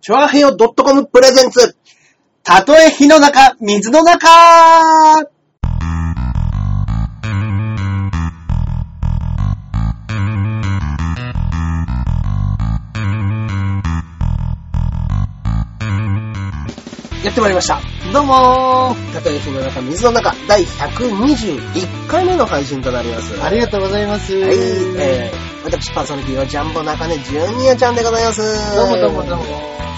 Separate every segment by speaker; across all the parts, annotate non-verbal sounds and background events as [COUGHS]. Speaker 1: チョアヘヨ .com プレゼンツ。たとえ火の中、水の中やってまいりました。
Speaker 2: どうもー。
Speaker 1: たとえ火の中、水の中、第121回目の配信となります。
Speaker 2: ありがとうございます。
Speaker 1: はい、えー、私パーソナリティはジャンボ中根ジュニアちゃんでございます。
Speaker 2: どうもどうもどうも。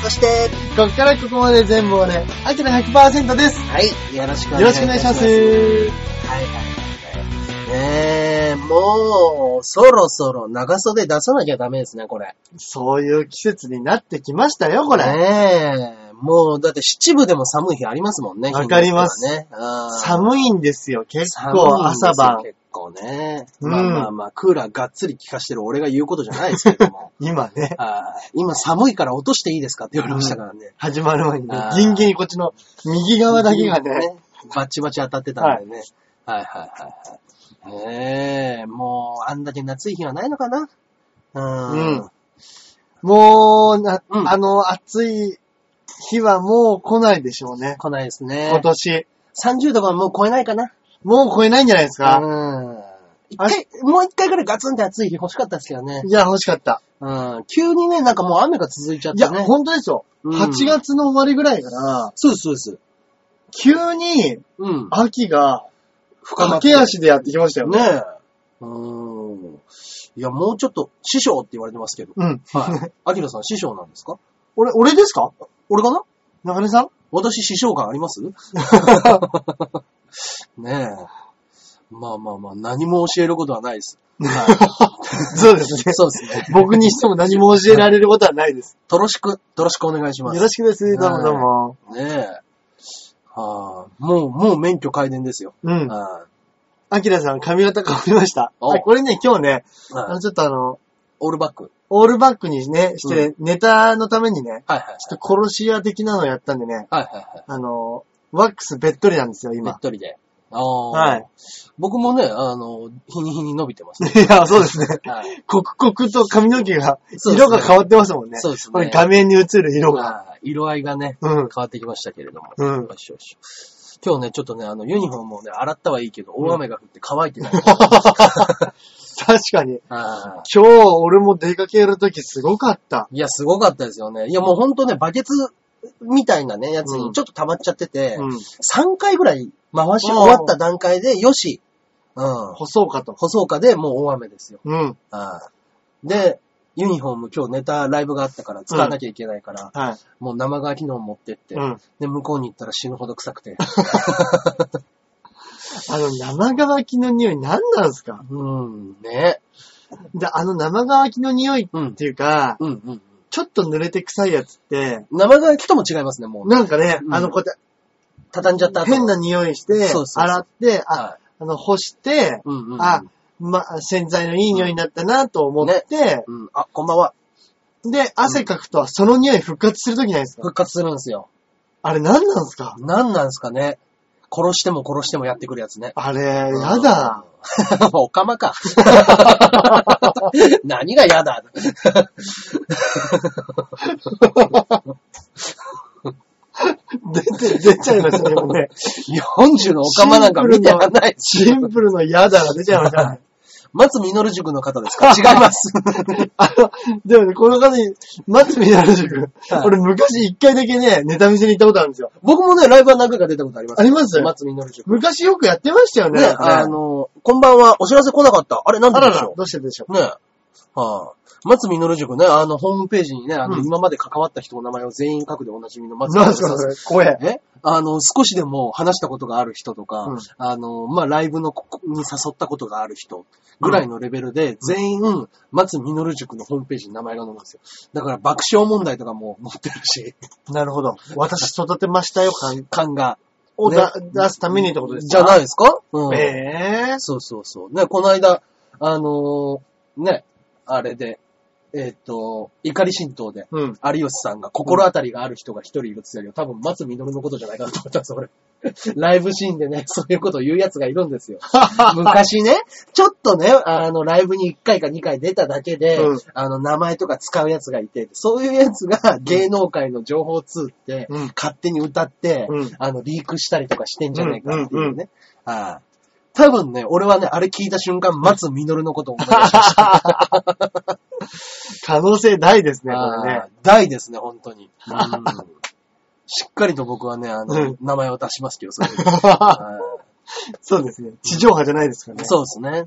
Speaker 1: そして、
Speaker 2: こっからここまで全部をね、アキラ100%です。
Speaker 1: はい、よろしくお願いいた
Speaker 2: よろし
Speaker 1: し
Speaker 2: く
Speaker 1: ま
Speaker 2: お願い
Speaker 1: す。
Speaker 2: します。
Speaker 1: はいはいはいはい。ねえ、もう、そろそろ長袖出さなきゃダメですね、これ。
Speaker 2: そういう季節になってきましたよ、これ。
Speaker 1: ねえ、もう、だって七部でも寒い日ありますもんね。
Speaker 2: わかります
Speaker 1: 日によってはね。い。
Speaker 2: 寒いんですよ、結
Speaker 1: 寒いん
Speaker 2: 構
Speaker 1: ですよ
Speaker 2: 朝晩。
Speaker 1: 結構ね。
Speaker 2: うん
Speaker 1: まあまあまあ、クーラーがっつり効かしてる俺が言うことじゃないですけど [LAUGHS] も。
Speaker 2: 今ね、
Speaker 1: はい今寒いから落としていいですかって言われましたからね。
Speaker 2: 始まる前にね
Speaker 1: あ、ー
Speaker 2: ギンギンこっちの右側だけがね、、
Speaker 1: [LAUGHS] バチバチ当たってたんでね。はいはいはいはい。ねえもう、あんだけ夏い日はないのかなうん。
Speaker 2: うんもう、な
Speaker 1: うん
Speaker 2: あの、暑い日はもう来ないでしょうね。
Speaker 1: 来ないですね
Speaker 2: 今。年。
Speaker 1: 30度はもう超えないかな。
Speaker 2: もう超えないんじゃないですか。
Speaker 1: うん。一
Speaker 2: あ
Speaker 1: 回、もう一回ぐらいガツンって暑い日欲しかったですけどね。
Speaker 2: いや、欲しかった。
Speaker 1: うん。急にね、なんかもう雨が続いちゃっ
Speaker 2: い
Speaker 1: て
Speaker 2: や、
Speaker 1: ね。
Speaker 2: 本当ですよ。
Speaker 1: うん
Speaker 2: 8月の終わりぐらいから、
Speaker 1: そうです、そうです。
Speaker 2: 急に
Speaker 1: うん。
Speaker 2: 秋が
Speaker 1: 深まっ
Speaker 2: 駆
Speaker 1: て
Speaker 2: け足でやってきましたよね。
Speaker 1: ねえ。うん。いや、もうちょっと、師匠って言われてますけど。
Speaker 2: うん。 [LAUGHS]
Speaker 1: はい。アキラさん、師匠なんですか
Speaker 2: 俺、俺ですか
Speaker 1: 俺かな
Speaker 2: 中根さん
Speaker 1: 私、師匠感ありますねえ。まあまあまあ、何も教えることはないです。
Speaker 2: [LAUGHS] [LAUGHS] そうですね。
Speaker 1: そうですね。
Speaker 2: 僕にしても何も教えられることはない [LAUGHS] です。
Speaker 1: とろしく、とろしくお願いしま
Speaker 2: よ
Speaker 1: す。
Speaker 2: ろしくです。どうもどうも。
Speaker 1: ねえ。はあ、もう、もう免許改伝ですよ。
Speaker 2: うん。
Speaker 1: は
Speaker 2: アキラさん、髪型変わりました。
Speaker 1: お
Speaker 2: あこれね、今日ね、
Speaker 1: い
Speaker 2: あ
Speaker 1: は
Speaker 2: の
Speaker 1: い
Speaker 2: ちょっとあの、
Speaker 1: オールバック。
Speaker 2: オールバックにね、して、ネタのためにね、
Speaker 1: はいはい。
Speaker 2: ちょっと殺し屋的なのやったんでね、
Speaker 1: はいはいはい。
Speaker 2: あの、ワックスべっとりなんですよ、
Speaker 1: べ
Speaker 2: 今
Speaker 1: っ。とりで。ああ。
Speaker 2: はい。
Speaker 1: 僕もね、あの、日に日に伸びてます、
Speaker 2: [LAUGHS]
Speaker 1: ね。
Speaker 2: いや、そうですね。
Speaker 1: はい。
Speaker 2: 刻々と髪の毛が、
Speaker 1: そうですね
Speaker 2: 色が変わってますもんね。
Speaker 1: そうですね
Speaker 2: これ画面に映る色が。
Speaker 1: まあ色合いがね、
Speaker 2: うん。
Speaker 1: 変わってきましたけれども。
Speaker 2: うん
Speaker 1: よしよし。今日ね、ちょっとね、あの、ユニフォームをね、洗ったはいいけど、大雨が降って乾いてない。
Speaker 2: 確かに。
Speaker 1: ああ
Speaker 2: 今日、俺も出かけるときすごかった。
Speaker 1: いや、すごかったですよね。いや、もうほんとね、バケツみたいなね、やつ
Speaker 2: う
Speaker 1: に
Speaker 2: ん
Speaker 1: ちょっと溜まっちゃってて、
Speaker 2: うん。
Speaker 1: 3回ぐらい回し終わった段階で、よし、うん、
Speaker 2: 干そうかと。
Speaker 1: 細岡でもう大雨ですよ。
Speaker 2: うん。
Speaker 1: ああで、ユニフォーム今日ネタライブがあったから使わなきゃいけないから、
Speaker 2: はい。
Speaker 1: もう生乾きのを持ってって、
Speaker 2: うん。あ
Speaker 1: で、向こうに行ったら死ぬほど臭く
Speaker 2: [LAUGHS]
Speaker 1: て。
Speaker 2: の、生乾きの匂い何なんですか
Speaker 1: うん、ね。
Speaker 2: で、あの生乾きの匂い
Speaker 1: うん
Speaker 2: っ、ていうか、
Speaker 1: うん、うん。
Speaker 2: ちょっと濡れて臭いやつって、
Speaker 1: 生乾きとも違いますね、もう。
Speaker 2: なんかね、
Speaker 1: うん
Speaker 2: あの、こうやっ
Speaker 1: 畳んじゃった
Speaker 2: て
Speaker 1: 後。
Speaker 2: 変な匂いし
Speaker 1: そう
Speaker 2: て
Speaker 1: そう、そう
Speaker 2: 洗って、あ、
Speaker 1: はい。
Speaker 2: あの、干して、
Speaker 1: うん、うんうん。
Speaker 2: あ、ま、洗剤のいい匂いになったなと思って、
Speaker 1: うん、あ、こんばんは。
Speaker 2: で、汗かくと、その匂い復活するときないですか、
Speaker 1: 復活するんですよ。
Speaker 2: あれ何なんですか
Speaker 1: なんなんすかね。殺しても殺してもやってくるやつね。 [LAUGHS]
Speaker 2: あれ、やだ。
Speaker 1: うん。おかまか。 [LAUGHS] 何がやだ。
Speaker 2: 出て、出ちゃいましたね、もうね。
Speaker 1: 40のおかまなんか見てはないし
Speaker 2: シ。ンプルのやだが出ちゃいました
Speaker 1: [LAUGHS]
Speaker 2: ね。
Speaker 1: 松実塾の方ですか違い
Speaker 2: [LAUGHS]
Speaker 1: ます。
Speaker 2: あの、でもね、この方に、松見なる塾
Speaker 1: はい、
Speaker 2: 俺昔一回だけね、ネタ見せに行ったことあるんですよ。
Speaker 1: 僕もね、ライブは何回か出たことあります。
Speaker 2: あります
Speaker 1: 松実塾。
Speaker 2: 昔よくやってましたよね。
Speaker 1: ね、あの、こんばんは、お知らせ来なかった。あれ、なん
Speaker 2: あ
Speaker 1: で
Speaker 2: ら
Speaker 1: でし
Speaker 2: ら
Speaker 1: ょ、
Speaker 2: どうしてでしょ
Speaker 1: う。ね。はあ、松実塾ね、あの、ホームページにね、あの、
Speaker 2: うん
Speaker 1: 今まで関わった人の名前を全員書くでおなじみの
Speaker 2: う。
Speaker 1: 松
Speaker 2: なん
Speaker 1: 実
Speaker 2: ですか、
Speaker 1: 塾
Speaker 2: それ。声。
Speaker 1: えあの、少しでも話したことがある人とか、
Speaker 2: うん
Speaker 1: あの、まあ、ライブのここに誘ったことがある人ぐらいのレベルで、全員、松実塾のホームページに名前が載るんですよ。だから爆笑問題とかも載ってるし、
Speaker 2: なるほど。私育てましたよ、感
Speaker 1: 感が。
Speaker 2: を
Speaker 1: ね
Speaker 2: だ出すためにってことです
Speaker 1: じゃない
Speaker 2: い。
Speaker 1: ですかうん。
Speaker 2: ええ
Speaker 1: そうそうそう。ね、この間、あのーね、あれで、えーっと、怒り神道で、
Speaker 2: うん。
Speaker 1: 有吉さんが心当たりがある人が一人いるって言ってたけど、多分松みのるのことじゃないかなと思ったんです、俺。 [LAUGHS] ライブシーンでね、そういうことを言う奴がいるんですよ。昔ね、ちょっとね、あの、ライブに1回か2回出ただけで、
Speaker 2: うん
Speaker 1: あの、名前とか使う奴がいて、そういう奴が芸能界の情報通って、
Speaker 2: うん
Speaker 1: 勝手に歌って、
Speaker 2: うん
Speaker 1: あの、リークしたりとかしてんじゃないかっていうね。ああ多分ね、俺はね、あれ聞いた瞬間、松みのるのことを思い出しました。
Speaker 2: 可能性大ですね、これ
Speaker 1: あ
Speaker 2: ね
Speaker 1: あ。大ですね、本当に。しっかりと僕はね、あの、
Speaker 2: うん
Speaker 1: 名前を出しますけど、それ [LAUGHS] で
Speaker 2: [LAUGHS]
Speaker 1: はい
Speaker 2: そうですね。地上波じゃないですからね。
Speaker 1: そうですね。はい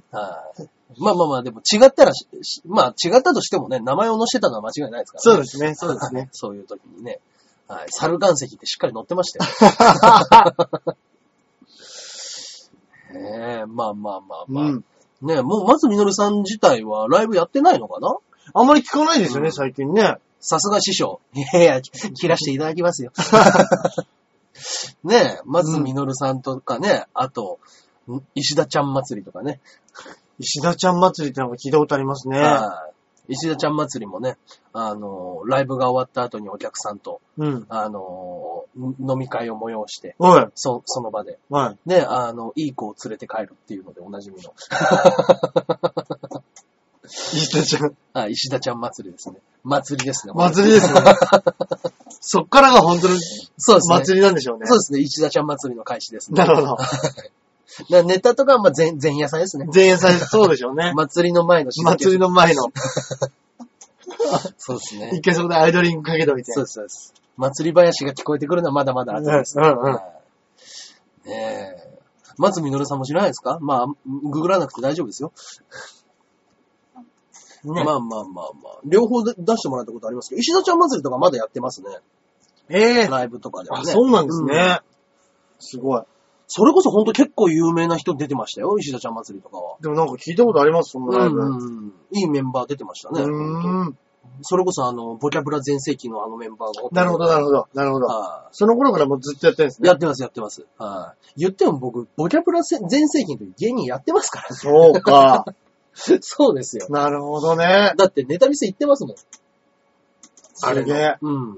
Speaker 1: まあまあまあ、でも違ったらし、しまあ違ったとしてもね、名前を載せてたのは間違いないですからね。
Speaker 2: そうですね、そうですね。
Speaker 1: そういう時にね。はい。猿岩石ってしっかり載ってましたよ。 [LAUGHS] ねえ、まあまあまあまあ。
Speaker 2: うん。
Speaker 1: ねえ、もう松みのるさん自体はライブやってないのかな
Speaker 2: [LAUGHS] あんまり聞かないですよ
Speaker 1: う
Speaker 2: ね、
Speaker 1: ん
Speaker 2: 最近ね。
Speaker 1: さすが師匠。いやいや、切らしていただきますよ。 [LAUGHS] ねえ、松みのるさんとかね、あと、ん石田ちゃん祭りとかね。
Speaker 2: 石田ちゃん祭りってのも聞いたことありますね。
Speaker 1: はい石田ちゃん祭りもね、あの、ライブが終わった後にお客さんと、
Speaker 2: うん。
Speaker 1: あの、ん飲み会を催して、
Speaker 2: おい、
Speaker 1: そ、その場で。
Speaker 2: はい。
Speaker 1: で、あの、いい子を連れて帰るっていうのでおなじみの、 [LAUGHS]
Speaker 2: 石田ちゃ
Speaker 1: [LAUGHS]
Speaker 2: ん。
Speaker 1: あ石田ちゃん祭りですね。祭りですね。
Speaker 2: 祭りですね。
Speaker 1: [LAUGHS]
Speaker 2: そっからが本当の
Speaker 1: そうですね。
Speaker 2: 祭りなんでしょうね
Speaker 1: そう。ですね。石田ちゃん祭りの開始ですね。
Speaker 2: なるほ
Speaker 1: [LAUGHS]
Speaker 2: ど。
Speaker 1: だからネタとかはまあ前前夜祭ですね。
Speaker 2: 前夜祭、そうでしょ
Speaker 1: [LAUGHS]
Speaker 2: うね。
Speaker 1: 祭りの前の静け
Speaker 2: 祭りの
Speaker 1: [LAUGHS]
Speaker 2: 前の。
Speaker 1: そうですね
Speaker 2: 一。回そこでアイドリングかけといて。
Speaker 1: そうです、そうです。祭り林が聞こえてくるのはまだまだ後です。
Speaker 2: うんうんうん
Speaker 1: はいねえ。松みのるさんも知らないですかまあ、ググらなくて大丈夫ですよ。
Speaker 2: ね
Speaker 1: まあまあまあまあ。両方で出してもらったことありますけど、石田ちゃん祭りとかまだやってますね。
Speaker 2: ええ
Speaker 1: ライブとかでは
Speaker 2: あ、
Speaker 1: ね。
Speaker 2: そうなんです
Speaker 1: う
Speaker 2: ね。すごい。
Speaker 1: それこそ本当結構有名な人出てましたよ、石田ちゃん祭りとかは。
Speaker 2: でもなんか聞いたことあります、そのライブ。
Speaker 1: うんうんいいメンバー出てましたね。本
Speaker 2: うーん。
Speaker 1: 当それこそあの、ボキャブラ全盛期のあのメンバーが。
Speaker 2: なるほど、なるほど、なるほど。
Speaker 1: はい
Speaker 2: その頃からもうずっとやってるんですね。
Speaker 1: やってます、やってます。はい。言っても僕、ボキャブラ全盛期の時芸人やってます
Speaker 2: [LAUGHS]
Speaker 1: からね。
Speaker 2: そうか。
Speaker 1: そうですよ。
Speaker 2: なるほどね。
Speaker 1: だってネタ見せ行ってますもん。
Speaker 2: あれね。
Speaker 1: うん。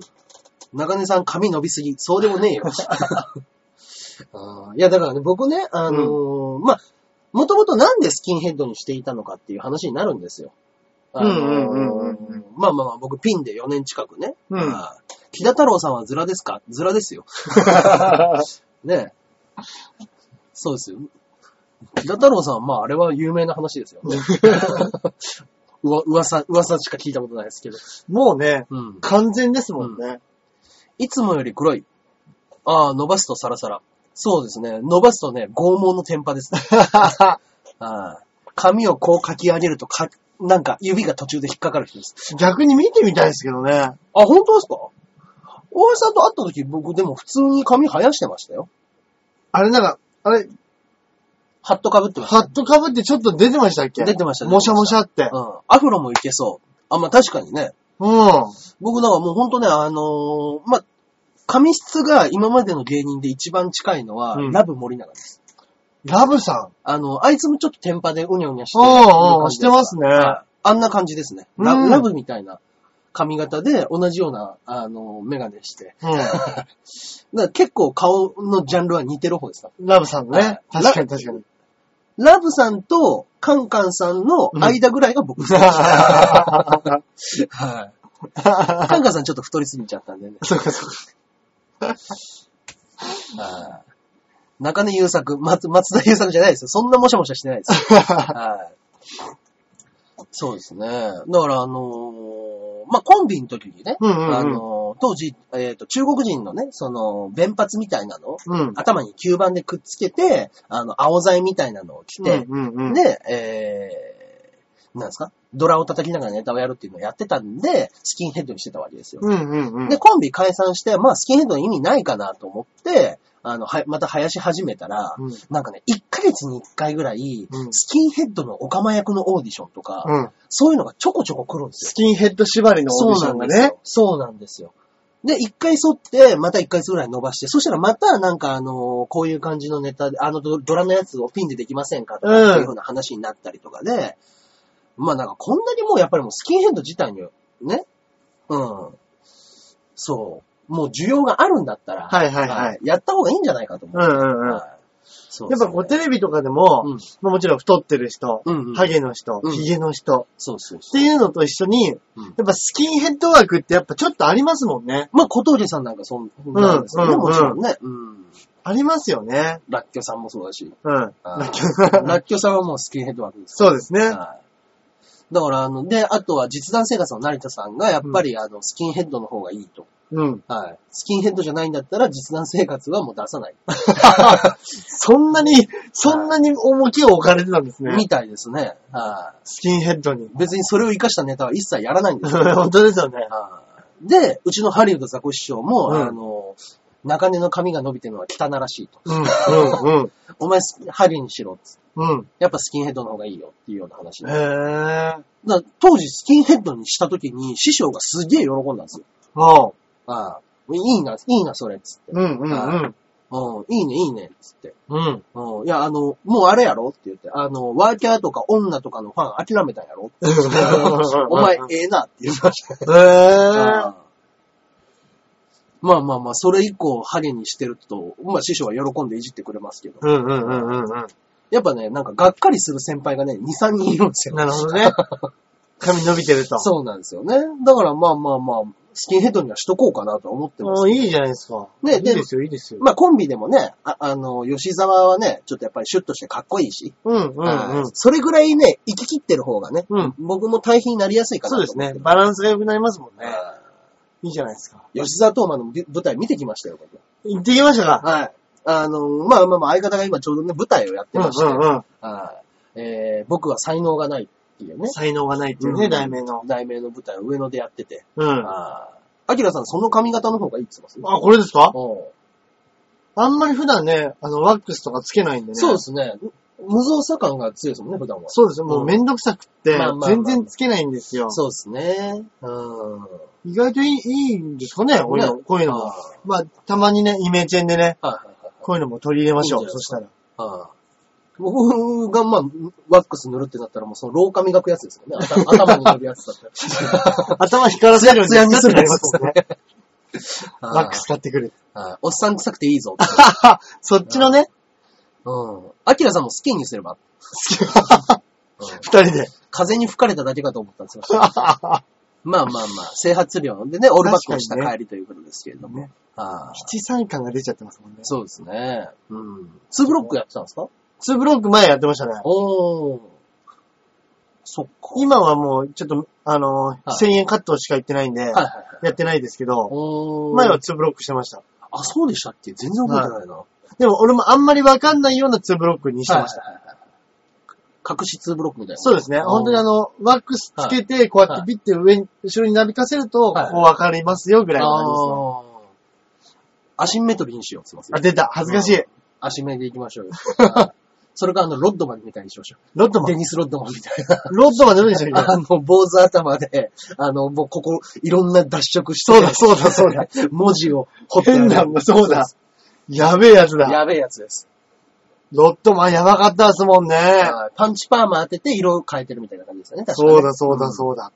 Speaker 1: 中根さん髪伸びすぎ。そうでもねえよ。
Speaker 2: [LAUGHS]
Speaker 1: あーいや、だからね、僕ね、あのーまあ、もともとなんでスキンヘッドにしていたのかっていう話になるんですよ。あのー
Speaker 2: うんうんうんうんうん
Speaker 1: まあまあまあ、僕ピンで4年近くね。
Speaker 2: うん
Speaker 1: あー木田太郎さんはズラですかズラです
Speaker 2: [LAUGHS]
Speaker 1: よ。ねえそうですよ。木田太郎さんは、まあ、あれは有名な話ですよ。 [LAUGHS] うわ、噂、噂しか聞いたことないですけど。
Speaker 2: もうね、
Speaker 1: うん。
Speaker 2: 完全ですもんね。
Speaker 1: いつもより黒い。ああ、伸ばすとサラサラ。そうですね。伸ばすとね、拷問の天パ
Speaker 2: [LAUGHS]
Speaker 1: ですね。ああ髪をこうかき上げるとか、なんか指が途中で引っかかる人です。
Speaker 2: 逆に見てみたいですけどね。
Speaker 1: あ、本当ですか大橋さんと会った時、僕でも普通に髪生やしてましたよ。
Speaker 2: あれなんか、あれ、
Speaker 1: ハットかぶってました。
Speaker 2: ハットかぶってちょっと出てましたっけ
Speaker 1: 出てましたね
Speaker 2: もしゃもしゃって。
Speaker 1: うん。アフロもいけそう。あ、まあ確かにね。
Speaker 2: うん。
Speaker 1: 僕だからもうほんとね、あのーまあ、髪質が今までの芸人で一番近いのは、
Speaker 2: うん
Speaker 1: ラブ森永です。
Speaker 2: ラブさ
Speaker 1: あの、あいつもちょっとテンパでうにゃうにゃして
Speaker 2: ん。う
Speaker 1: る
Speaker 2: んうんう
Speaker 1: 感
Speaker 2: ん、
Speaker 1: じ
Speaker 2: し
Speaker 1: で
Speaker 2: てますね。
Speaker 1: はいあんな感じですね。ラ
Speaker 2: うん
Speaker 1: ラブみたいな髪型で同じような、あの、メガネして。
Speaker 2: う [LAUGHS]
Speaker 1: だから結構顔のジャンルは似てる方ですか
Speaker 2: ん。ラブさんね。
Speaker 1: はい
Speaker 2: 確かに確かに。
Speaker 1: ラブさんとカンカンさんの間ぐらいが僕です、
Speaker 2: [LAUGHS]
Speaker 1: はい。カンカンさんちょっと太りすぎちゃったんでね。
Speaker 2: そうかそうか。
Speaker 1: はい中根優作、松松田優作じゃないですよ。そんなもしゃもしゃしてないですよ。はいそうですね。だから、あのーまあ、コンビの時にね、
Speaker 2: うんうんうん
Speaker 1: あのー当時、えっ、と、中国人のね、その、弁髪みたいなのを
Speaker 2: うん。
Speaker 1: 頭に吸盤でくっつけて、あの、青剤みたいなのを着て、
Speaker 2: うんうんうん。
Speaker 1: で、えー、なんですかドラを叩きながらネタをやるっていうのをやってたんで、スキンヘッドにしてたわけですよ。
Speaker 2: うんうんうん。
Speaker 1: で、コンビ解散して、まあ、スキンヘッドの意味ないかなと思って、あの、は、また生やし始めたら、
Speaker 2: うん
Speaker 1: なんかね、1ヶ月に1回ぐらい、
Speaker 2: うん
Speaker 1: スキンヘッドのオカマ役のオーディションとか、
Speaker 2: うん。
Speaker 1: そういうのがちょこちょこ来るんですよ
Speaker 2: ス。キンヘッド縛りのオーディションがね。
Speaker 1: そうなんですよ。そうなんですよ。で、一回剃って、また一回ずつぐらい伸ばして、そしたらまたなんかあのーこういう感じのネタで、あのドドラのやつをピンでできませんかとか、
Speaker 2: うん
Speaker 1: そういうふうな話になったりとかで、まあなんかこんなにもうやっぱりもうスキンヘッド自体に、ね。うん。そう。もう需要があるんだったら、
Speaker 2: はいはいはい
Speaker 1: やった方がいいんじゃないかと思う。
Speaker 2: うんうんうん。
Speaker 1: はいそう
Speaker 2: や
Speaker 1: で
Speaker 2: っ
Speaker 1: す
Speaker 2: ぱ
Speaker 1: ね
Speaker 2: こうテレビとかでも、
Speaker 1: うん
Speaker 2: まあもちろん太ってる人、
Speaker 1: うんうん
Speaker 2: ハゲの人、
Speaker 1: うん
Speaker 2: ヒゲの人
Speaker 1: そうそう
Speaker 2: っ
Speaker 1: そ
Speaker 2: ていうのと一緒に、や
Speaker 1: う。うん
Speaker 2: っぱスキンヘッド枠ってやっぱちょっとありますもんね。
Speaker 1: まあ、小峠さんなんかそんなんですよね、
Speaker 2: うん
Speaker 1: もちろんね。うん。
Speaker 2: ありますよね。
Speaker 1: ラッキョさんもそうだし。
Speaker 2: うん。
Speaker 1: あー
Speaker 2: だけど
Speaker 1: ラッキョさんはもうスキンヘッド枠です。
Speaker 2: そうですね。
Speaker 1: はい。だから、あの、で、あとは実弾生活の成田さんが、やっぱり、あの、スキンヘッドの方がいいと。
Speaker 2: うん。
Speaker 1: はい。スキンヘッドじゃないんだったら、実弾生活はもう出さない。
Speaker 2: そんなに、そんなに重きを置かれてたんですね。
Speaker 1: みたいですね。は
Speaker 2: スキンヘッドに。 [LAUGHS]
Speaker 1: い。別にそれを活かしたネタは一切やらないんですよ。
Speaker 2: 本当ですよね。
Speaker 1: はいで、うちのハリウッドザコシショウも、
Speaker 2: うん
Speaker 1: あの、中根の髪が伸びてるのは汚らしいと。
Speaker 2: うん、うん、
Speaker 1: お前、ハリにしろっつって
Speaker 2: うん。うん。
Speaker 1: やっぱスキンヘッドの方がいいよっていうような話
Speaker 2: へ
Speaker 1: で。
Speaker 2: ぇー。
Speaker 1: だから当時スキンヘッドにした時に師匠がすげえ喜んだんですよ。
Speaker 2: おう。
Speaker 1: ああ、いいな、いいな、それっつって。
Speaker 2: うん、うん、
Speaker 1: はうん、いいね、いいね、っつって。
Speaker 2: うん。うん。
Speaker 1: うん、いや、あの、もうあれやろって言って、あの、ワーキャーとか女とかのファン諦めたんやろ
Speaker 2: [LAUGHS]
Speaker 1: お前、ええなって言いました。
Speaker 2: へぇー。
Speaker 1: ああまあまあまあ、それ以降、ハゲにしてると、まあ師匠は喜んでいじってくれますけど。
Speaker 2: うん、うん、うん、うん。う
Speaker 1: やっぱね、なんかがっかりする先輩がね、2、3人いるんですよ
Speaker 2: ん。。なるほどね。髪伸びてると。
Speaker 1: そうなんですよね。だからまあまあまあ、スキンヘッドにはしとこうかなとは思ってます。
Speaker 2: もういいじゃないですか。
Speaker 1: ね
Speaker 2: いいですよ、いいですよ。
Speaker 1: まあコンビでもね、ああの、吉沢はね、ちょっとやっぱりシュッとしてかっこいいし、
Speaker 2: うん、うん、う
Speaker 1: は
Speaker 2: ん
Speaker 1: い。それぐらいね、生き切ってる方がね、
Speaker 2: うん。
Speaker 1: 僕も対比になりやすいかな
Speaker 2: そ
Speaker 1: と
Speaker 2: う
Speaker 1: 思っ
Speaker 2: です
Speaker 1: て
Speaker 2: ね。バランスが良くなりますもんね。
Speaker 1: はい
Speaker 2: いじゃないですか。
Speaker 1: い吉沢東馬の舞舞台見てきましたよ、僕。
Speaker 2: 行ってきましたか
Speaker 1: はい。あの、まあまあまあ、相方が今ちょうどね、舞台をやって
Speaker 2: うん、
Speaker 1: まして、
Speaker 2: うん、うん。
Speaker 1: はいえー僕は才能がないっていうね、
Speaker 2: 才能がないっていう
Speaker 1: う
Speaker 2: ね、
Speaker 1: ん
Speaker 2: 題名の。
Speaker 1: 題名の舞台を上野でやってて、
Speaker 2: うん。あ、
Speaker 1: あきらさんその髪型の方がいいって言ってますね。
Speaker 2: これですか
Speaker 1: おう
Speaker 2: あんまり普段ね、あの、ワックスとかつけないんでね。
Speaker 1: そうですね。無造作感が強いですもんね、普段は。
Speaker 2: そうですよ。もううんめんどくさくって
Speaker 1: まあまあま、あ
Speaker 2: 全然つけないんですよ。
Speaker 1: そうですね。うん。
Speaker 2: 意外といいいいんですかね、こういうの。
Speaker 1: ね
Speaker 2: こういうの
Speaker 1: あ
Speaker 2: も
Speaker 1: あ。
Speaker 2: まあ、たまにね、イメチェンでね、
Speaker 1: はいはいはい。
Speaker 2: こういうのも取り入れましょ
Speaker 1: いいん
Speaker 2: う。
Speaker 1: じゃない
Speaker 2: そ
Speaker 1: で
Speaker 2: し
Speaker 1: す
Speaker 2: たら。
Speaker 1: ああ僕が、まあ、ワックス塗るってなったら、もうその廊下磨くやつですよね。頭頭に塗るやつだったら。
Speaker 2: 頭光らせるように
Speaker 1: ツヤにする
Speaker 2: や
Speaker 1: や
Speaker 2: り
Speaker 1: つ
Speaker 2: ま
Speaker 1: ですす
Speaker 2: ね
Speaker 1: ね。 [LAUGHS]
Speaker 2: ワックス買ってくる。
Speaker 1: ああおっさん臭くていいぞって。
Speaker 2: そっちのね、
Speaker 1: うん。アキラさんもスキンにすれば。うん
Speaker 2: 二人で。
Speaker 1: 風に吹かれただけかと思ったんですよ。 [LAUGHS] まあまあまあ、整髪量でね、オールバックをした帰りということですけれども。
Speaker 2: ね
Speaker 1: ああ
Speaker 2: [LAUGHS] 七三感が出ちゃってますもんね。
Speaker 1: そうですね。うん。ツーブロックやってたんですか
Speaker 2: ツーブロック前やってましたね。
Speaker 1: おー。そっか。
Speaker 2: 今はもう、ちょっと、あのー、
Speaker 1: はい
Speaker 2: 千円カットしか行ってないんで
Speaker 1: はい、はいはい。
Speaker 2: やってないですけど、
Speaker 1: おー。
Speaker 2: 前はツーブロックしてました。
Speaker 1: あ、そうでしたっけ全然覚えてないな。
Speaker 2: でも俺もあんまりわかんないようなツーブロックにしてました。
Speaker 1: はいはいはいはい。隠し2ブロックみたいな。
Speaker 2: そうですね。
Speaker 1: ん
Speaker 2: 本当にあの、ワックスつけて、こうやってビッて上に、後ろになびかせると、こ
Speaker 1: はいう
Speaker 2: わかりますよぐらいの感じですね。
Speaker 1: あーアシンメトリーにしよう。すいません
Speaker 2: あ、。出た。恥ずかしい。
Speaker 1: アシンメでいきま [LAUGHS] しょうよ。はいそれか、あの、ロッドマンみたいにしましょ
Speaker 2: ロッド
Speaker 1: う。
Speaker 2: マ
Speaker 1: デ
Speaker 2: ン。
Speaker 1: ニス・ロッドマンみたいな。
Speaker 2: ロッドマン出るでしょ、
Speaker 1: [LAUGHS]
Speaker 2: 今。
Speaker 1: あの、坊主頭で、あの、もうここ、いろんな脱色して。
Speaker 2: そうだ、そうだ、そうだ。
Speaker 1: [LAUGHS] 文字を彫ってある
Speaker 2: 変な、そうだ。やべえやつだ。
Speaker 1: やべえやつです。
Speaker 2: ロッドマンやばかったですもんね。
Speaker 1: はいパンチパーマ当てて色を変えてるみたいな感じですよね。確かね
Speaker 2: そうだ、そうだ、
Speaker 1: ん
Speaker 2: そうだ。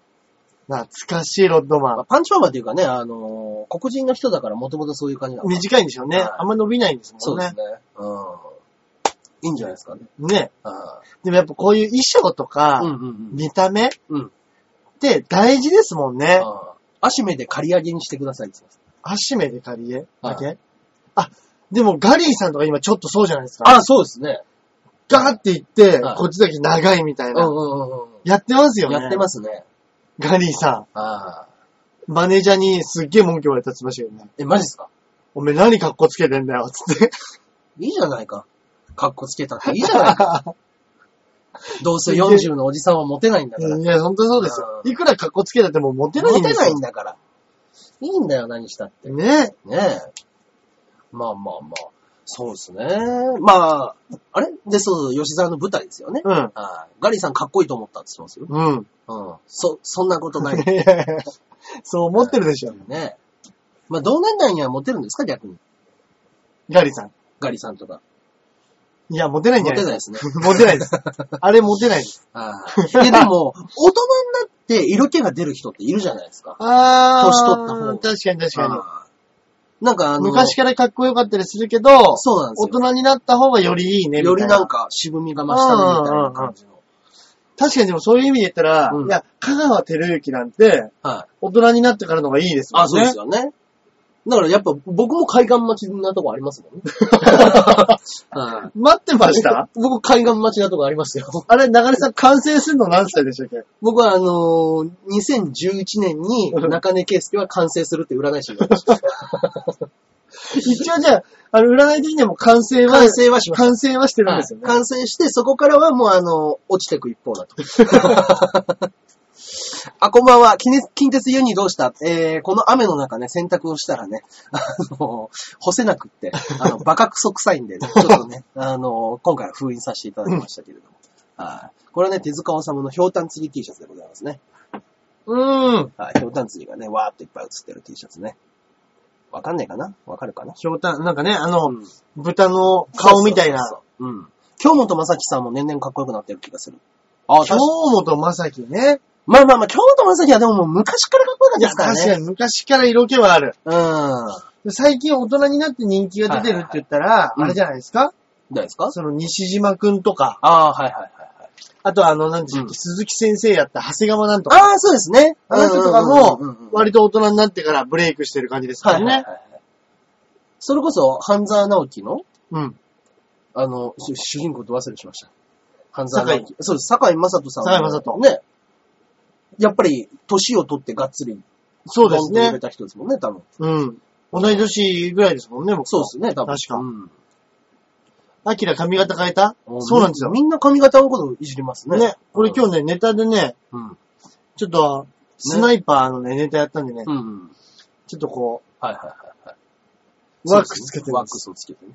Speaker 2: 懐かしいロッドマ
Speaker 1: まあ
Speaker 2: ン。
Speaker 1: パンチパーマっていうかね、あのー黒人の人だからもともとそういう感じなのかな
Speaker 2: 短いんでしょうね。
Speaker 1: はい
Speaker 2: あんま伸びないんです
Speaker 1: そ
Speaker 2: も
Speaker 1: うんです
Speaker 2: ね。
Speaker 1: ね。うん。いいんじゃないですかね。
Speaker 2: ね。
Speaker 1: あ
Speaker 2: でもやっぱこういう衣装と
Speaker 1: あうん
Speaker 2: か、
Speaker 1: うん
Speaker 2: 見た目っ
Speaker 1: うん。うん。
Speaker 2: て大事ですもんね。
Speaker 1: ああ足目で刈り上げにしてくださいって言って
Speaker 2: 足目で借りえだけ、
Speaker 1: は
Speaker 2: あ、でもガリーさんとか今ちょっとそうじゃないです
Speaker 1: ます。
Speaker 2: か。
Speaker 1: あ、そうですね。
Speaker 2: ガーって言って、
Speaker 1: はい
Speaker 2: こっちだけ長いみたい
Speaker 1: うん
Speaker 2: な。
Speaker 1: うんうん
Speaker 2: やってますよ
Speaker 1: うん。
Speaker 2: ね。
Speaker 1: やってますね。
Speaker 2: ガリーさ
Speaker 1: ああ。
Speaker 2: ん。マネージャーにすっげえ文句言われたって言ってましたけどね。
Speaker 1: え、マジっすか
Speaker 2: おめえ何格好つけてんだよ、つって。
Speaker 1: いいじゃないか。格好つけたっていいじゃないか。 [LAUGHS] どうせ40のおじさんはモテないんだから。
Speaker 2: いや、本当そうですよ。
Speaker 1: うん
Speaker 2: いくら格好つけたってもうモテない
Speaker 1: モ
Speaker 2: んで
Speaker 1: テ
Speaker 2: す
Speaker 1: ない
Speaker 2: よ
Speaker 1: ん。だから。いいんだよ、何したって。
Speaker 2: ね
Speaker 1: ねえ。まあまあまあ。そうですね。まあ、あれで、そう、吉沢の舞台ですよね。
Speaker 2: うん。
Speaker 1: はいガリさんかっこいいと思ったって言ってますよ。
Speaker 2: うん。
Speaker 1: うん。そ、そんなことない。
Speaker 2: いやいや [LAUGHS] そう思ってるでしょ。
Speaker 1: ね。まあ、同年代にはモテるんですか逆に。
Speaker 2: ガリさん。
Speaker 1: ガリさんとか。
Speaker 2: いや、モテないんじ
Speaker 1: モ
Speaker 2: ゃな
Speaker 1: テ
Speaker 2: い
Speaker 1: ないで
Speaker 2: で
Speaker 1: すすね。 [LAUGHS]
Speaker 2: か。モテないです。あれモテないです。
Speaker 1: ああ。いや、でも、大人になって色気が出る人っているじゃないですか。
Speaker 2: あー。
Speaker 1: 年取った方
Speaker 2: 確かに確か
Speaker 1: ああなんかあ
Speaker 2: に。
Speaker 1: の、
Speaker 2: 昔からかっこよかったりするけど、
Speaker 1: そうなんです
Speaker 2: 大
Speaker 1: よ。
Speaker 2: 人になった方がよりいいね、みた
Speaker 1: よ
Speaker 2: いな。
Speaker 1: りなんか渋みが増したね、みたいな感じの。
Speaker 2: 確かにでもそういう意味で言ったら、
Speaker 1: うん
Speaker 2: いや、香川照之なんて、
Speaker 1: はい。
Speaker 2: 大人になってからの方がいいですもんね。
Speaker 1: あ、そうですよね。だからやっぱ僕も海岸待ちなとこあります
Speaker 2: [LAUGHS]
Speaker 1: もんね。はい
Speaker 2: 待って
Speaker 1: [LAUGHS]
Speaker 2: ました
Speaker 1: 僕海岸待ちなとこありますよ。
Speaker 2: あれ、流れさん完成するの何歳でしたっけ
Speaker 1: 僕はあのー、2011年に中根圭介は完成するって占い師になりました。
Speaker 2: 一応じゃあ、あの、占い的にはもう [LAUGHS] 完成は、
Speaker 1: 完成はしました。
Speaker 2: 完成はしてるん
Speaker 1: は
Speaker 2: ですよ
Speaker 1: い
Speaker 2: ね。
Speaker 1: 感染して、そこからはもうあの、落ちてく一方だと。
Speaker 2: [LAUGHS]
Speaker 1: あ、こんばんは。近鉄近鉄ユニどうしたえー、この雨の中ね、洗濯をしたらね、あの、干せなくって、あの、バカクソ臭いんで
Speaker 2: [LAUGHS]
Speaker 1: ね、ちょっとね、あの、今回は封印させていただきましたけれども。はい。これはね、手塚治虫のひょうたん釣り T シャツでございますね。
Speaker 2: うーん。
Speaker 1: はい。ひょうたん釣りがね、わーっといっぱい写ってる T シャツね。わかんないかなわかるかな
Speaker 2: ひょうたん、なんかね、あの、
Speaker 1: うん
Speaker 2: 豚の顔みたいな。
Speaker 1: そうそうそうそううん。京本正樹さんも年々かっこよくなってる気がする。あ
Speaker 2: 京本正樹ね。
Speaker 1: まあまあまあ、京本正樹はでももう昔からかっこよかったですからね。
Speaker 2: 確かに昔から色気はある。
Speaker 1: う
Speaker 2: 最近大人になって人気が出てるって言ったら、
Speaker 1: いはい
Speaker 2: あれじゃないですか、
Speaker 1: ん。どうですか
Speaker 2: その西島くんとか、
Speaker 1: ああ、はいはいはいはい。
Speaker 2: あとあの、なんていうっけ
Speaker 1: うん
Speaker 2: 鈴木先生やった長谷川なんとか、
Speaker 1: ああ、そうですね。
Speaker 2: あの人とか
Speaker 1: うんうんうんう
Speaker 2: も
Speaker 1: ん、
Speaker 2: 割と大人になってからブレイクしてる感じですか
Speaker 1: は
Speaker 2: ら
Speaker 1: い
Speaker 2: ね。
Speaker 1: はいはいはい。それこそ、半沢直樹の、
Speaker 2: うん。
Speaker 1: あの、主主人公と忘れしました。半沢
Speaker 2: 沢
Speaker 1: 直樹。
Speaker 2: 直
Speaker 1: そうです、坂井正人さん。
Speaker 2: 堺雅人
Speaker 1: ね。やっぱり、年を取ってがっつり、
Speaker 2: そうで
Speaker 1: ド
Speaker 2: す
Speaker 1: ンと売れ
Speaker 2: ね。
Speaker 1: た人ですもんね、多分。
Speaker 2: うん。同い年ぐらいですもんね、僕と。
Speaker 1: そうですね、多分。
Speaker 2: 確か
Speaker 1: うん
Speaker 2: アキラ髪型変えたそうなんですよ。
Speaker 1: みんな髪型のことをいじりますね。
Speaker 2: ね。これ今日ね、ネタでね、
Speaker 1: うん。
Speaker 2: ちょっと、スナイパーのね、ネタやったんでね、
Speaker 1: うん。
Speaker 2: ちょっとこ
Speaker 1: はいはいはいはい。
Speaker 2: う、ワックスつけて
Speaker 1: ワ
Speaker 2: ま
Speaker 1: ック
Speaker 2: す。
Speaker 1: スをつけてね。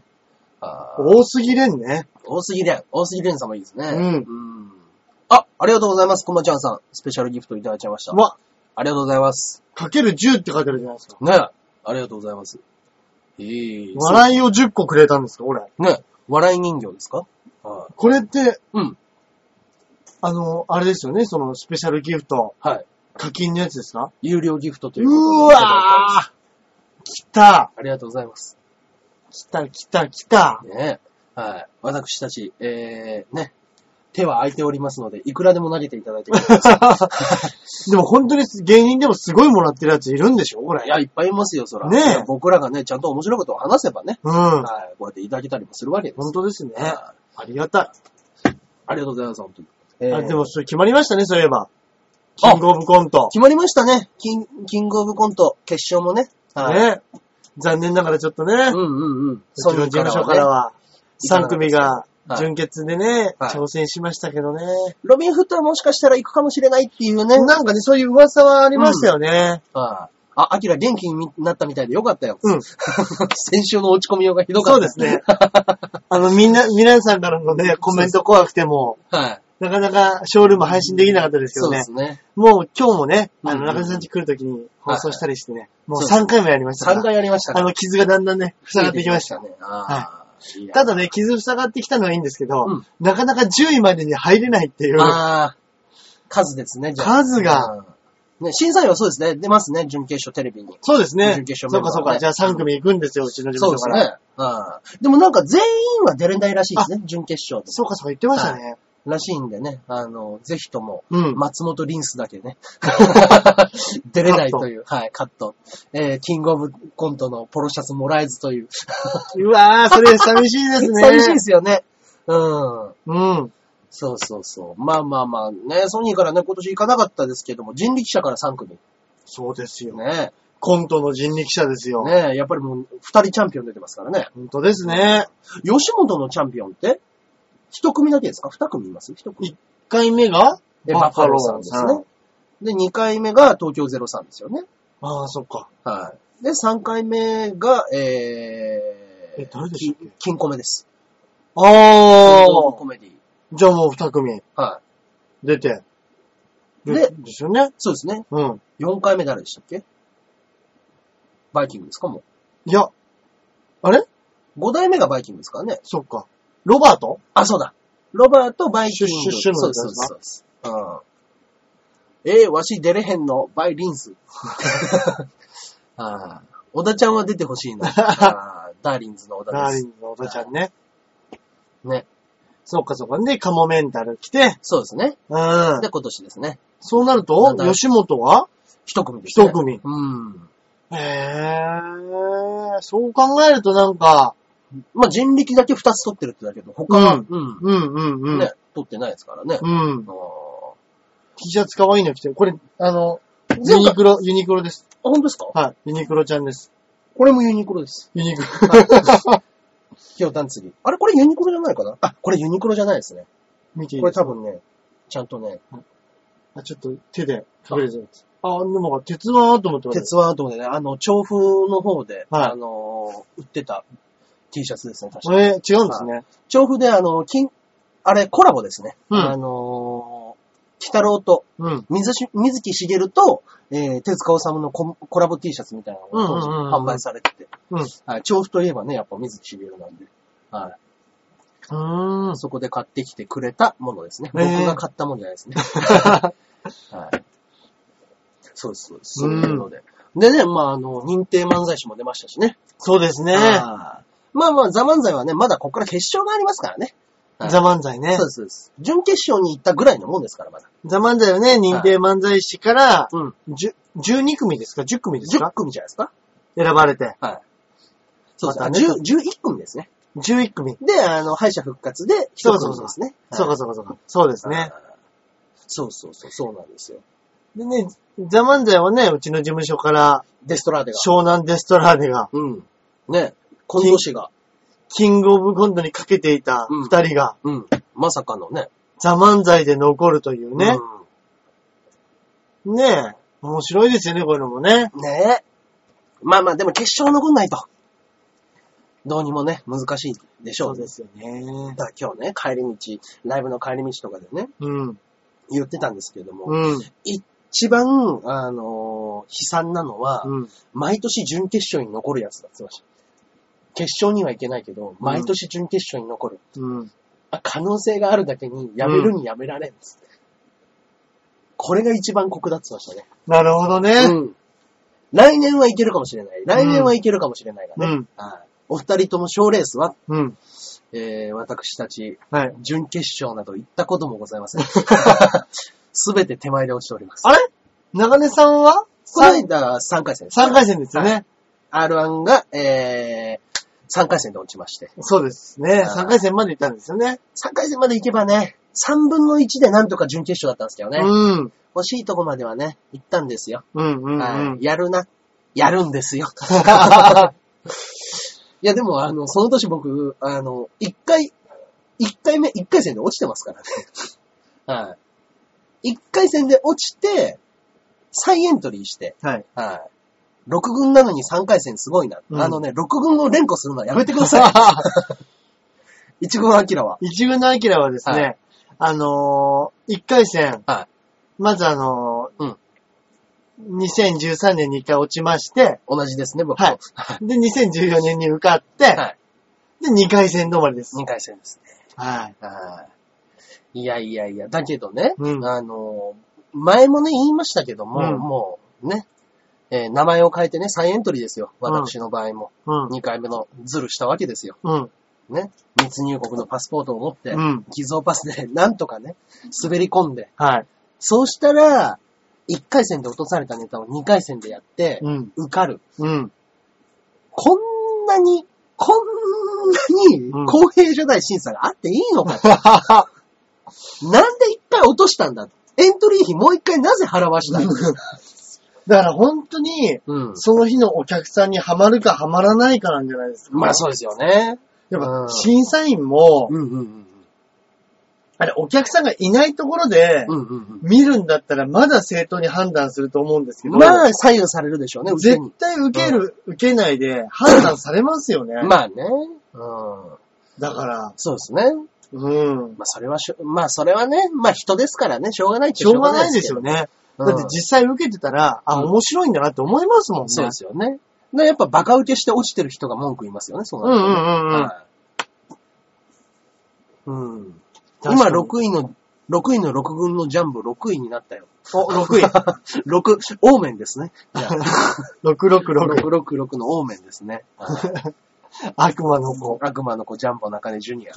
Speaker 1: あー
Speaker 2: 多すぎれんね。
Speaker 1: 大杉蓮。大杉蓮様いいですね。
Speaker 2: うん
Speaker 1: んあ、ありがとうございます。こまちゃんさん。スペシャルギフトいただいちゃいました。
Speaker 2: うわ、
Speaker 1: ありがとうございます。
Speaker 2: かける10って書いてあるじゃないですか。
Speaker 1: ねえ。ありがとうございます。えー、
Speaker 2: 笑いを10個くれたんですか、俺。
Speaker 1: い。ねえ笑い人形ですかは
Speaker 2: これって、
Speaker 1: い。うん。
Speaker 2: あの、あれですよね、そのスペシャルギフト、
Speaker 1: はい。
Speaker 2: 課金のやつですか
Speaker 1: 有料ギフトという
Speaker 2: う
Speaker 1: こと
Speaker 2: ー
Speaker 1: で。
Speaker 2: わー来た
Speaker 1: ありがとうございます。
Speaker 2: 来た来た来た
Speaker 1: ねえ。はい。私たち、えー、ね。手は空いておりますので、いくらでも投げていただいて
Speaker 2: [LAUGHS]
Speaker 1: ください。
Speaker 2: でも本当に芸人でもすごいもらってるやついるんでしょこれ。
Speaker 1: いや、いっぱいいますよ、そら。
Speaker 2: ねえ
Speaker 1: いや僕らがね、ちゃんと面白いことを話せばね。
Speaker 2: うん。
Speaker 1: はい。こうやっていただけたりもするわけです。
Speaker 2: 本当ですね。
Speaker 1: はい
Speaker 2: ありがたい。
Speaker 1: ありがとうございます、本当に。えー
Speaker 2: あ、でも、それ決まりましたね、そういえば。
Speaker 1: あ
Speaker 2: キングオブコント。
Speaker 1: 決まりましたね。キン、キングオブコント決勝もね。い。
Speaker 2: ね。残念ながらちょっとね、
Speaker 1: うんうんうん。
Speaker 2: その事務所から
Speaker 1: はね。
Speaker 2: は、3組が準決でね、
Speaker 1: はい
Speaker 2: 挑戦しましたけどね。
Speaker 1: ロビン・フットはもしかしたら行くかもしれないっていうね。
Speaker 2: なんかね、そういう噂はありましたよね。
Speaker 1: あ、あきら元気になったみたいでよかったよ。
Speaker 2: うん
Speaker 1: [LAUGHS] 先週の落ち込みようがひどかった。
Speaker 2: そうです
Speaker 1: [LAUGHS]
Speaker 2: ね。あの、みんな、皆さんからのね、コメント怖くても、
Speaker 1: はい。
Speaker 2: なかなかショールーム配信できなかったです
Speaker 1: そ
Speaker 2: よ
Speaker 1: うで
Speaker 2: ね。
Speaker 1: すね。
Speaker 2: もう今日もね、あ
Speaker 1: うんう
Speaker 2: の、
Speaker 1: ん
Speaker 2: 中根さんち来るときに放送したりしてね、もう
Speaker 1: そうです
Speaker 2: 3回もやりましたから。
Speaker 1: 3回やりましたか
Speaker 2: あ
Speaker 1: ら。
Speaker 2: の、傷がだんだんね、塞がってきました。
Speaker 1: ね。あーいや
Speaker 2: ただね、傷塞がってきたのはいいんですけど、
Speaker 1: うん
Speaker 2: なかなか10位までに入れないっていう。
Speaker 1: ああ、数ですね、じゃあ。
Speaker 2: 数が
Speaker 1: うん。ね、審査員はそうですね、出ますね、準決勝テレビに。
Speaker 2: そうですね
Speaker 1: 準。決勝
Speaker 2: そ
Speaker 1: メ
Speaker 2: う
Speaker 1: ンバ
Speaker 2: かそ
Speaker 1: ー
Speaker 2: う
Speaker 1: はね
Speaker 2: か。じゃあ3組行くんですよ、うちの事
Speaker 1: そう
Speaker 2: 務
Speaker 1: で
Speaker 2: 所
Speaker 1: す
Speaker 2: から。
Speaker 1: ね。うん。でもなんか全員は出れないらしいですね、準決勝
Speaker 2: そうかそうか、言ってましたね。
Speaker 1: らしいんでね、あの、ぜひとも、
Speaker 2: うん。
Speaker 1: 松本リンスだけね、出れないという、はい、カット。えー、キングオブコントのポロシャツもらえずという。
Speaker 2: うわー、それ寂しいですね。
Speaker 1: [LAUGHS] 寂しいですよね。うん。
Speaker 2: うん。
Speaker 1: そうそうそう。まあまあまあ、ね、ソニーからね、今年行かなかったですけども、人力車から3組。
Speaker 2: そうですよ。
Speaker 1: ね。
Speaker 2: コントの人力車ですよ。
Speaker 1: ねやっぱりもう、二人チャンピオン出てますからね。
Speaker 2: 本当ですね。
Speaker 1: 吉本のチャンピオンって、一組だけですか二組います一組。
Speaker 2: 1回目が
Speaker 1: で、バッファローさんですね。。で、2回目が東京03ですよね。
Speaker 2: ああ、そっか。
Speaker 1: はい。で、3回目が、えー、
Speaker 2: え誰でしたっけ
Speaker 1: き金コメです。
Speaker 2: あ
Speaker 1: 金
Speaker 2: あ
Speaker 1: コ、メディ。
Speaker 2: じゃあもう2組
Speaker 1: はい。
Speaker 2: 出て。
Speaker 1: で
Speaker 2: ですよね。
Speaker 1: そうですね。
Speaker 2: うん。
Speaker 1: 4回目誰でしたっけバイキングですかも
Speaker 2: いや、あれ
Speaker 1: う。5代目がバイキングですからね。
Speaker 2: そっか。ロバート
Speaker 1: あ、そうだ。ロバート・バイキング。
Speaker 2: シュッシュッシュの
Speaker 1: そう
Speaker 2: やつ
Speaker 1: です、そう
Speaker 2: で
Speaker 1: です
Speaker 2: すか
Speaker 1: そうです。うん。えー、わし出れへんの、バイリン [LAUGHS] ズ。ああ。小田ちゃんは出てほし [LAUGHS] いな。ああダーリンズの小田
Speaker 2: ダー
Speaker 1: で
Speaker 2: リ
Speaker 1: す。
Speaker 2: ンのおばちゃんね。
Speaker 1: ね。
Speaker 2: そうかそうか。で、カモメンタル来て、
Speaker 1: そうですね。
Speaker 2: うん。
Speaker 1: で、今年ですね。
Speaker 2: そうなる
Speaker 1: な
Speaker 2: と
Speaker 1: ん、だ
Speaker 2: 吉本は
Speaker 1: 一組です、ね。
Speaker 2: 一。組。
Speaker 1: うん。
Speaker 2: へー。そう考えるとなんか、
Speaker 1: まあ、人力だけ二つ取ってるってだけど、他は、
Speaker 2: うん
Speaker 1: うん。
Speaker 2: うんうんうん。
Speaker 1: ね、取ってないですからね。
Speaker 2: うん
Speaker 1: あ。あ
Speaker 2: T シャツ可愛いの着てる。これ、あの、ユ
Speaker 1: 前
Speaker 2: ニ
Speaker 1: 回
Speaker 2: クロ、ユニクロです。
Speaker 1: あ、本当ですか
Speaker 2: はい。ユニクロちゃんです。
Speaker 1: これもユニクロです。
Speaker 2: ユニクロ。 [LAUGHS]
Speaker 1: ひょうたん釣り。あれこれユニクロじゃないかなあ、これユニクロじゃないですね。
Speaker 2: 見ていい
Speaker 1: これ
Speaker 2: です
Speaker 1: 多
Speaker 2: か
Speaker 1: 分ね、ちゃんとね、
Speaker 2: あ、ちょっと手で隠れてるやつ。あ、でも、鉄腕アートもってこと
Speaker 1: 鉄腕アートでね、あの、調布の方で、
Speaker 2: はい
Speaker 1: あのー売ってた T シャツですね、確
Speaker 2: こ
Speaker 1: か。
Speaker 2: れ、違うんですね。
Speaker 1: 調布で、あの、金、あれ、コラボですね。
Speaker 2: うん
Speaker 1: あのー、北郎と、
Speaker 2: うん。
Speaker 1: 水し水木しげると、えー、手塚治虫のココラボ T シャツみたいなのが当時
Speaker 2: うんうんうんうん
Speaker 1: 販売されてて、
Speaker 2: うん
Speaker 1: はい、調布といえばね、やっぱ水木しげるなんで、はい、
Speaker 2: うーん。
Speaker 1: そこで買ってきてくれたものですね。
Speaker 2: へー
Speaker 1: 僕が買ったものじゃないで
Speaker 2: [LAUGHS]
Speaker 1: すね。はい、そうです、そうです。そういうので。でね、まあ、あの、認定漫才師も出ましたしね。
Speaker 2: そうですね。
Speaker 1: あーまあまあ、ザ漫才はね、まだここから決勝がありますからね。はい
Speaker 2: ザ・漫才ね
Speaker 1: そう。です、そうです。準決勝に行ったぐらいのもんですから、まだ。
Speaker 2: ザ・漫才はね、認定漫才師から、
Speaker 1: うん。
Speaker 2: じゅ12組ですか ?10 組です
Speaker 1: 10
Speaker 2: か
Speaker 1: 組じゃないですか。
Speaker 2: 選ばれて。
Speaker 1: そうです、
Speaker 2: またね
Speaker 1: 10 11組ですね。
Speaker 2: 11組。
Speaker 1: で、あの、敗者復活で、一
Speaker 2: そうそ
Speaker 1: 組
Speaker 2: うそう
Speaker 1: ですね。
Speaker 2: そうかそうかそうか。そうです
Speaker 1: はい
Speaker 2: ね。。
Speaker 1: そうそうそう、そうなんですよ。
Speaker 2: でね、ザ・漫才はね、うちの事務所から、
Speaker 1: デストラーデが。
Speaker 2: 湘南デストラーデが、
Speaker 1: うん。ね、コント師が、
Speaker 2: キングオブコントにかけていた
Speaker 1: うん
Speaker 2: 2人が、
Speaker 1: うん。まさかのね。
Speaker 2: ザ・漫才で残るというね。
Speaker 1: うん
Speaker 2: ねえ。面白いですよね、こういうのもね。
Speaker 1: ねえ。まあまあ、でも決勝残んないと。どうにもね、難しいでしょう。
Speaker 2: すよね。
Speaker 1: だから今日ね、帰り道、ライブの帰り道とかでね、
Speaker 2: うん。
Speaker 1: 言ってたんですけれども、
Speaker 2: うん。
Speaker 1: 一番、あのー悲惨なのは、
Speaker 2: うん。
Speaker 1: 毎年準決勝に残るやつだって言ってました。決勝には行けないけど、毎年準決勝に残る。
Speaker 2: うん。
Speaker 1: あ可能性があるだけに、やめるにやめられんっつって、これが一番酷だって言ってまし
Speaker 2: なるほどね。
Speaker 1: たね。うん。来年はいけるかもしれない。来年はいけるかもしれないがね。
Speaker 2: うん。
Speaker 1: はいお二人とも賞レースは、
Speaker 2: うん。
Speaker 1: えー、私たち、
Speaker 2: はい。
Speaker 1: 準決勝など行ったこともございません。
Speaker 2: [LAUGHS]
Speaker 1: すべて手前で落ちております。
Speaker 2: あれ長根さんは
Speaker 1: この間、3回戦です。
Speaker 2: 3回戦ですよね。
Speaker 1: R1 が、えー、3回戦で落ちまして。
Speaker 2: そうですね。
Speaker 1: あー
Speaker 2: 3回戦まで行ったんですよね。
Speaker 1: 3回戦まで行けばね、3分の1でなんとか準決勝だったんですけどね。
Speaker 2: うん。
Speaker 1: 惜しいとこまではね、行ったんですよ。
Speaker 2: うんうんう
Speaker 1: は
Speaker 2: ん
Speaker 1: い。やるな。 [LAUGHS] やるんですよ。いや、でも、あの、その年僕、あの、1回、1回目、1回戦で落ちてます [LAUGHS] からね。はい。1回戦で落ちて、再エントリーして、
Speaker 2: はい。
Speaker 1: はい。6軍なのに3回戦すごいな。
Speaker 2: うん
Speaker 1: あのね、6軍を連呼するのはやめてくださ [LAUGHS] い。1軍アキラは。
Speaker 2: 一軍のアキラはですね、
Speaker 1: は
Speaker 2: あのー、1回戦、
Speaker 1: は
Speaker 2: まずあのー、2013年に1回落ちまして、
Speaker 1: 同じですね、僕と。
Speaker 2: はい。で、2014年に受かって、
Speaker 1: はい
Speaker 2: で、2回戦止まりです。
Speaker 1: 2回戦ですね。
Speaker 2: はい。
Speaker 1: はい。いやいやいや、だけどね、
Speaker 2: うん
Speaker 1: あの、前もね、言いましたけども、
Speaker 2: うん
Speaker 1: もう、ね、えー名前を変えてね、再エントリーですよ。私の場合も。
Speaker 2: うん。
Speaker 1: 2回目のズルしたわけですよ。
Speaker 2: うん。
Speaker 1: ね。密入国のパスポートを持って、
Speaker 2: うん
Speaker 1: 偽造パスで、 [LAUGHS] なんとかね、滑り込んで。
Speaker 2: はい。
Speaker 1: そうしたら、1回戦で落とされたネタを2回戦でやって、
Speaker 2: うん。
Speaker 1: 受かる。
Speaker 2: うん。 [LAUGHS]
Speaker 1: こんなに、こんな
Speaker 2: うん
Speaker 1: に公平じゃない審査があっていいのかと。なんで一回落としたんだとエントリー費もう一回なぜ払わしたい
Speaker 2: だから本当に、
Speaker 1: うん。
Speaker 2: その日のお客さんにはまるかはまらないかなんじゃないですか。
Speaker 1: まあそうですよね。
Speaker 2: やっ
Speaker 1: う
Speaker 2: ぱ
Speaker 1: ん
Speaker 2: 審査員も、
Speaker 1: うんうんうん。
Speaker 2: あれ、お客さんがいないところで、
Speaker 1: うんうん
Speaker 2: 見るんだったらまだ正当に判断すると思うんです
Speaker 1: う
Speaker 2: け
Speaker 1: ん。
Speaker 2: ど、
Speaker 1: まあ左右されるでしょうね、うち
Speaker 2: 絶
Speaker 1: に。
Speaker 2: 対受ける、受けないで判断されますよね。
Speaker 1: まあね。うん。
Speaker 2: だから、
Speaker 1: そうですね。
Speaker 2: うん。
Speaker 1: まあそれはしょ、まあそれはね、まあ人ですからね、しょうがないっち
Speaker 2: し
Speaker 1: ゃ
Speaker 2: ょうがないですよ
Speaker 1: ね。
Speaker 2: ね。
Speaker 1: う
Speaker 2: だ
Speaker 1: ん
Speaker 2: って実際受けてたら、あ、
Speaker 1: うん
Speaker 2: 面白いんだなって思いますもんね。
Speaker 1: そうですよね。でやっぱバカ受けして落ちてる人が文句言いますよね、そう
Speaker 2: うんうんうんうん
Speaker 1: はい
Speaker 2: うん。
Speaker 1: 今
Speaker 2: 六
Speaker 1: 6位の、6位の6軍のジャンボ6位になったよ。
Speaker 2: お、6位。
Speaker 1: [LAUGHS] 6、オーメンですね。 [LAUGHS]
Speaker 2: 666。
Speaker 1: 666のオーメンですね。
Speaker 2: 悪魔の子。
Speaker 1: 悪魔の子ジャンボ中根ジュ
Speaker 2: [LAUGHS]
Speaker 1: ニア。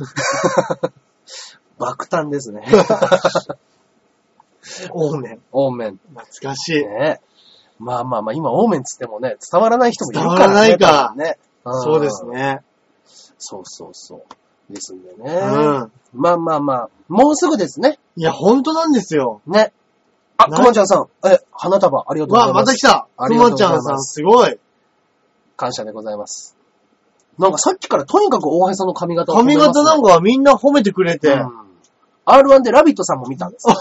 Speaker 1: 爆誕ですね。
Speaker 2: オーメン。
Speaker 1: オーメン。
Speaker 2: 懐かしい。
Speaker 1: ねまあまあまあ、今オーメンつってもね、伝わらない人もいるからね。
Speaker 2: 伝わらないか
Speaker 1: 多分ね。ん
Speaker 2: そうです。ね。
Speaker 1: そうそうそう。ですんでね。
Speaker 2: うん。
Speaker 1: まあまあまあ、もうすぐですね。
Speaker 2: いや、本当なんですよ。
Speaker 1: ね。あ、
Speaker 2: な
Speaker 1: くまちゃんさん。え、花束ありがとうござ
Speaker 2: わ、
Speaker 1: いま。
Speaker 2: ますた来た。
Speaker 1: あ
Speaker 2: く
Speaker 1: りがと
Speaker 2: ま
Speaker 1: うご
Speaker 2: ち
Speaker 1: ざい
Speaker 2: ゃ
Speaker 1: ます
Speaker 2: んさん、すごい。
Speaker 1: 感謝でございます。なんかさっきからとにかく大橋さんの髪型を褒め
Speaker 2: 髪
Speaker 1: ますね、
Speaker 2: 型なんかはみんな褒めてくれて。
Speaker 1: うん R1 でラビットさんも見たんですよ。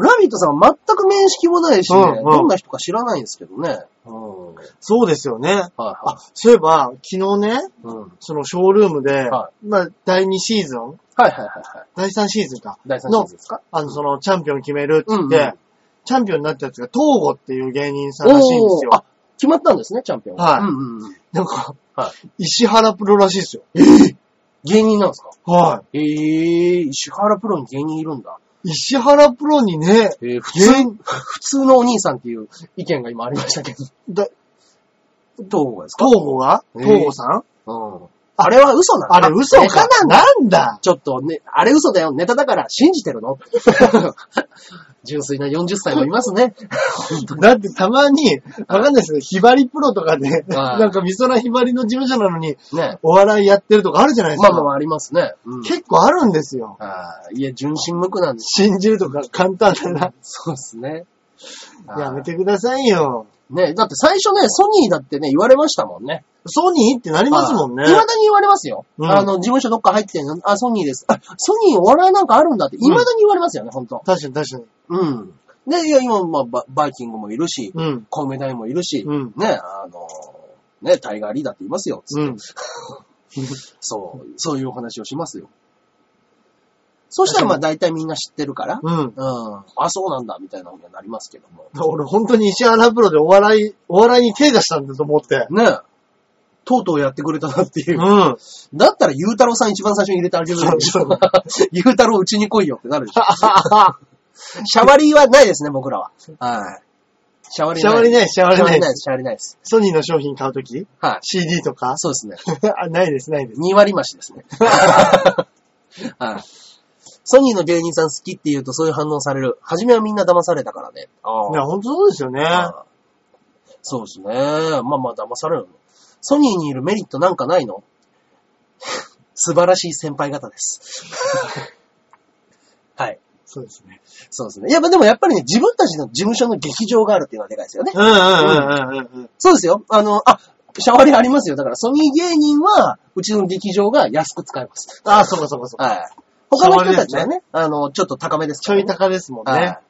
Speaker 1: ラビットさんは全く面識もないしね、
Speaker 2: うんうん
Speaker 1: どんな人か知らないんですけどね。うん。はい
Speaker 2: [LAUGHS] そうですよね。
Speaker 1: は
Speaker 2: あ、そういえば、昨日ね、
Speaker 1: い。うん。はい
Speaker 2: そのショールームで、
Speaker 1: は
Speaker 2: まあ、第2シーズン
Speaker 1: はいはいはい。
Speaker 2: 第3シーズンか。
Speaker 1: 第3シーズンですか
Speaker 2: あの、その、チャンピオン決めるって言って、
Speaker 1: うんうん
Speaker 2: チャンピオンになったやつが、東郷っていう芸人さんらしいんです
Speaker 1: おー
Speaker 2: よ
Speaker 1: あ。、決まったんですね、チャンピオン。
Speaker 2: はい
Speaker 1: うんうんうん。
Speaker 2: なんか、
Speaker 1: は
Speaker 2: 石原プロらしいですよ。
Speaker 1: 芸人なんですか
Speaker 2: は
Speaker 1: ええー、石原プロに芸人いるんだ。
Speaker 2: い。石原プロにね、
Speaker 1: えー、普通
Speaker 2: 芸、
Speaker 1: 普通のお兄さんっていう意見が今ありましたけど。
Speaker 2: だ
Speaker 1: どうですか
Speaker 2: 東郷が
Speaker 1: えー
Speaker 2: 東郷さん
Speaker 1: うん。あれは嘘なんだ。
Speaker 2: あれ嘘
Speaker 1: ネ
Speaker 2: か
Speaker 1: タなんだ。
Speaker 2: なんだ
Speaker 1: ちょっとね、あれ嘘だよ。ネタだから信じてる [LAUGHS] の純粋な40歳もいますね。
Speaker 2: [LAUGHS] だってたまに、わかんないですけど、ひばりプロとかで、
Speaker 1: はい
Speaker 2: なんか美空ひばりの事務所なのに、
Speaker 1: ね。
Speaker 2: お笑いやってるとかあるじゃないです
Speaker 1: まあ
Speaker 2: か。
Speaker 1: まあまあありますね。うん。
Speaker 2: 結構あるんですよ。
Speaker 1: あーいや、純真無垢なんです。
Speaker 2: 信じるとか簡単だな。
Speaker 1: [LAUGHS] そうですね。あー
Speaker 2: やめてくださいよ。
Speaker 1: ね、だって最初ね、ソニーだってね、言われましたもんね。
Speaker 2: ソニーってなりますもんね
Speaker 1: い。まだに言われますよ。
Speaker 2: うん
Speaker 1: あの、事務所どっか入ってて、あ、ソニーです。あ、ソニーお笑いなんかあるんだって、いまだに言われますよね、ほんと。
Speaker 2: 確かに確かに。
Speaker 1: うん。で、いや、今、まあ、ババイキングもいるし、
Speaker 2: うん。
Speaker 1: コウメダイもいるし、
Speaker 2: うん
Speaker 1: ね、あの、ね、タイガーリーダーって言いますよ、つって
Speaker 2: うん。
Speaker 1: そう、そういうお話をしますよ。そうしたら、まあ、大体みんな知ってるから、
Speaker 2: うん。
Speaker 1: うん、あ、そうなんだ、みたいなことになりますけども。
Speaker 2: 俺本当に石原プロでお笑い、お笑いに手出したんだと思って。
Speaker 1: ね、とうとうやってくれたなっていう
Speaker 2: う。
Speaker 1: [LAUGHS]
Speaker 2: ん。
Speaker 1: だったら、ゆうたろうさん一番最初に入れてあげるでしょ
Speaker 2: そうそ。
Speaker 1: ゆうたろううちに来いよってなるでしょ。 [LAUGHS] シャワリーはないですね、僕らは。はい。シャワリー
Speaker 2: シャワ
Speaker 1: な
Speaker 2: リ
Speaker 1: い。
Speaker 2: ない、シャワリない。
Speaker 1: シャワリーないです。
Speaker 2: ソニーの商品買うとき
Speaker 1: はい。
Speaker 2: ?CD とか [LAUGHS]
Speaker 1: そうですね。
Speaker 2: あないです、ないです。
Speaker 1: 2割増しです [LAUGHS] ね。はい。ソニーの芸人さん好きって言うとそういう反応される。初めはみんな騙されたからね。あ
Speaker 2: いや、本当そうですよね。
Speaker 1: あそうですね。まあまあ騙されるの。ソニーにいるメリットなんかないの [LAUGHS] 素晴らしい先輩方 [LAUGHS] です。はい。
Speaker 2: そうですね。
Speaker 1: そうですね。やっぱでもやっぱりね、自分たちの事務所の劇場があるっていうのはでかいですよね。
Speaker 2: うんうんうんうんうん。
Speaker 1: そうですよ。あの、あ、シャワリありますよ。だからソニー芸人は、うちの劇場が安く使えます。
Speaker 2: ああ、そうかそうかそうか。
Speaker 1: はい。他の人たちはね、あの、ちょっと高めです
Speaker 2: ち
Speaker 1: か
Speaker 2: ょ
Speaker 1: ら、ね。
Speaker 2: い高ですもん
Speaker 1: は
Speaker 2: ね
Speaker 1: い。。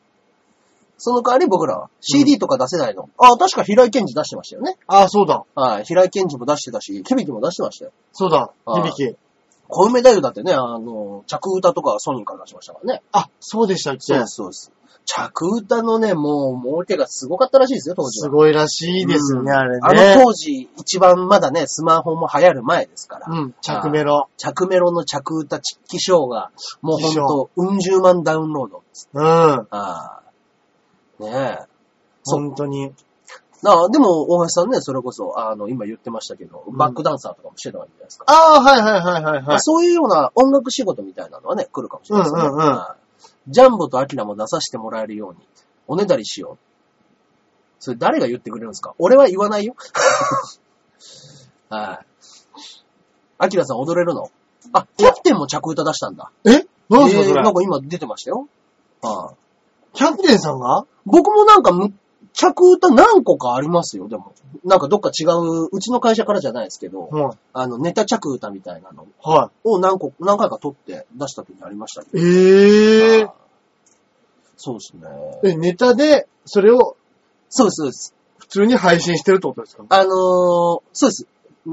Speaker 1: その代わり僕らは CD とか出せないの。あ、確か平井健二出してましたよね。
Speaker 2: ああ、そうだ。
Speaker 1: はい。平井健二も出してたし、響も出してましたよ。
Speaker 2: そうだ。
Speaker 1: はい
Speaker 2: 響き。
Speaker 1: 小梅太夫だってね、あの、着歌とかソニーから出しましたからね。
Speaker 2: あ、そうでしたっ
Speaker 1: そう
Speaker 2: け
Speaker 1: です、そうです。着歌のね、もう、儲けがすごかったらしいですよ、当時は。
Speaker 2: すごいらしいですよね、
Speaker 1: うん
Speaker 2: あれね。
Speaker 1: あの当時、一番まだね、スマホも流行る前ですから。
Speaker 2: うん、着メロ。
Speaker 1: 着メロの着歌チッキショーが、もうほん
Speaker 2: チッキショ
Speaker 1: と、うん十万ダウンロード。
Speaker 2: うん。
Speaker 1: ああ。ねえ。そう
Speaker 2: 本当に。
Speaker 1: なあ、でも、大橋さんね、それこそ、あの、今言ってましたけど、
Speaker 2: ん
Speaker 1: バックダンサーとかもしてたわけじゃないですか。
Speaker 2: ああ、はいはいはいはい
Speaker 1: ま
Speaker 2: は
Speaker 1: あ
Speaker 2: い。
Speaker 1: そういうような音楽仕事みたいなのはね、来るかもしれないですね。
Speaker 2: うんうんうん
Speaker 1: はいジャンボとアキラも出させてもらえるように、おねだりしよう。それ誰が言ってくれるんですか俺は言わないよ。 [LAUGHS] はい。アキラさん踊れるのあ、キャプテンも着歌出したんだ。
Speaker 2: え何ですか
Speaker 1: えー
Speaker 2: それ
Speaker 1: なんか今出てましたよ。ああ
Speaker 2: キャプテンさんが
Speaker 1: 僕もなんかむ、着歌何個かありますよ、でも。なんかどっか違う、うちの会社からじゃないですけど、
Speaker 2: はい。
Speaker 1: あの、ネタ着歌みたいなの
Speaker 2: は
Speaker 1: を何個、何回か撮って出した時にありましたけ
Speaker 2: い。
Speaker 1: ど。
Speaker 2: ええ
Speaker 1: あーそうですね。
Speaker 2: え、ネタで、それを
Speaker 1: そうです、そうです。
Speaker 2: 普通に配信してるってことですか
Speaker 1: あのーそうです。ん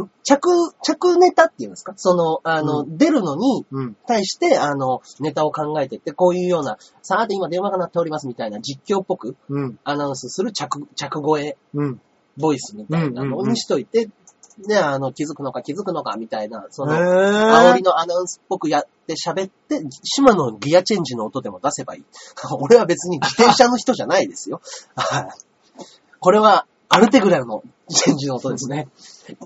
Speaker 1: ん着、着ネタっていうんですかその、あの、
Speaker 2: う
Speaker 1: 出るのに
Speaker 2: うん。
Speaker 1: 対して、あの、ネタを考えてって、こういうような、さあ、て今電話が鳴っておりますみたいな実況っぽく
Speaker 2: うん。
Speaker 1: アナウンスする着、着声
Speaker 2: うん。
Speaker 1: ボイスみたいなのにしといて、ね、あの、気づくのか気づくのかみたいな、そ
Speaker 2: へ
Speaker 1: の、
Speaker 2: ー
Speaker 1: 煽りのアナウンスっぽくやって喋って、島のギアチェンジの音でも出せばい [LAUGHS] い。俺は別に自転車の人じゃないですよ。 [LAUGHS] はいこれは、アルテグラのチェンジの音ですね。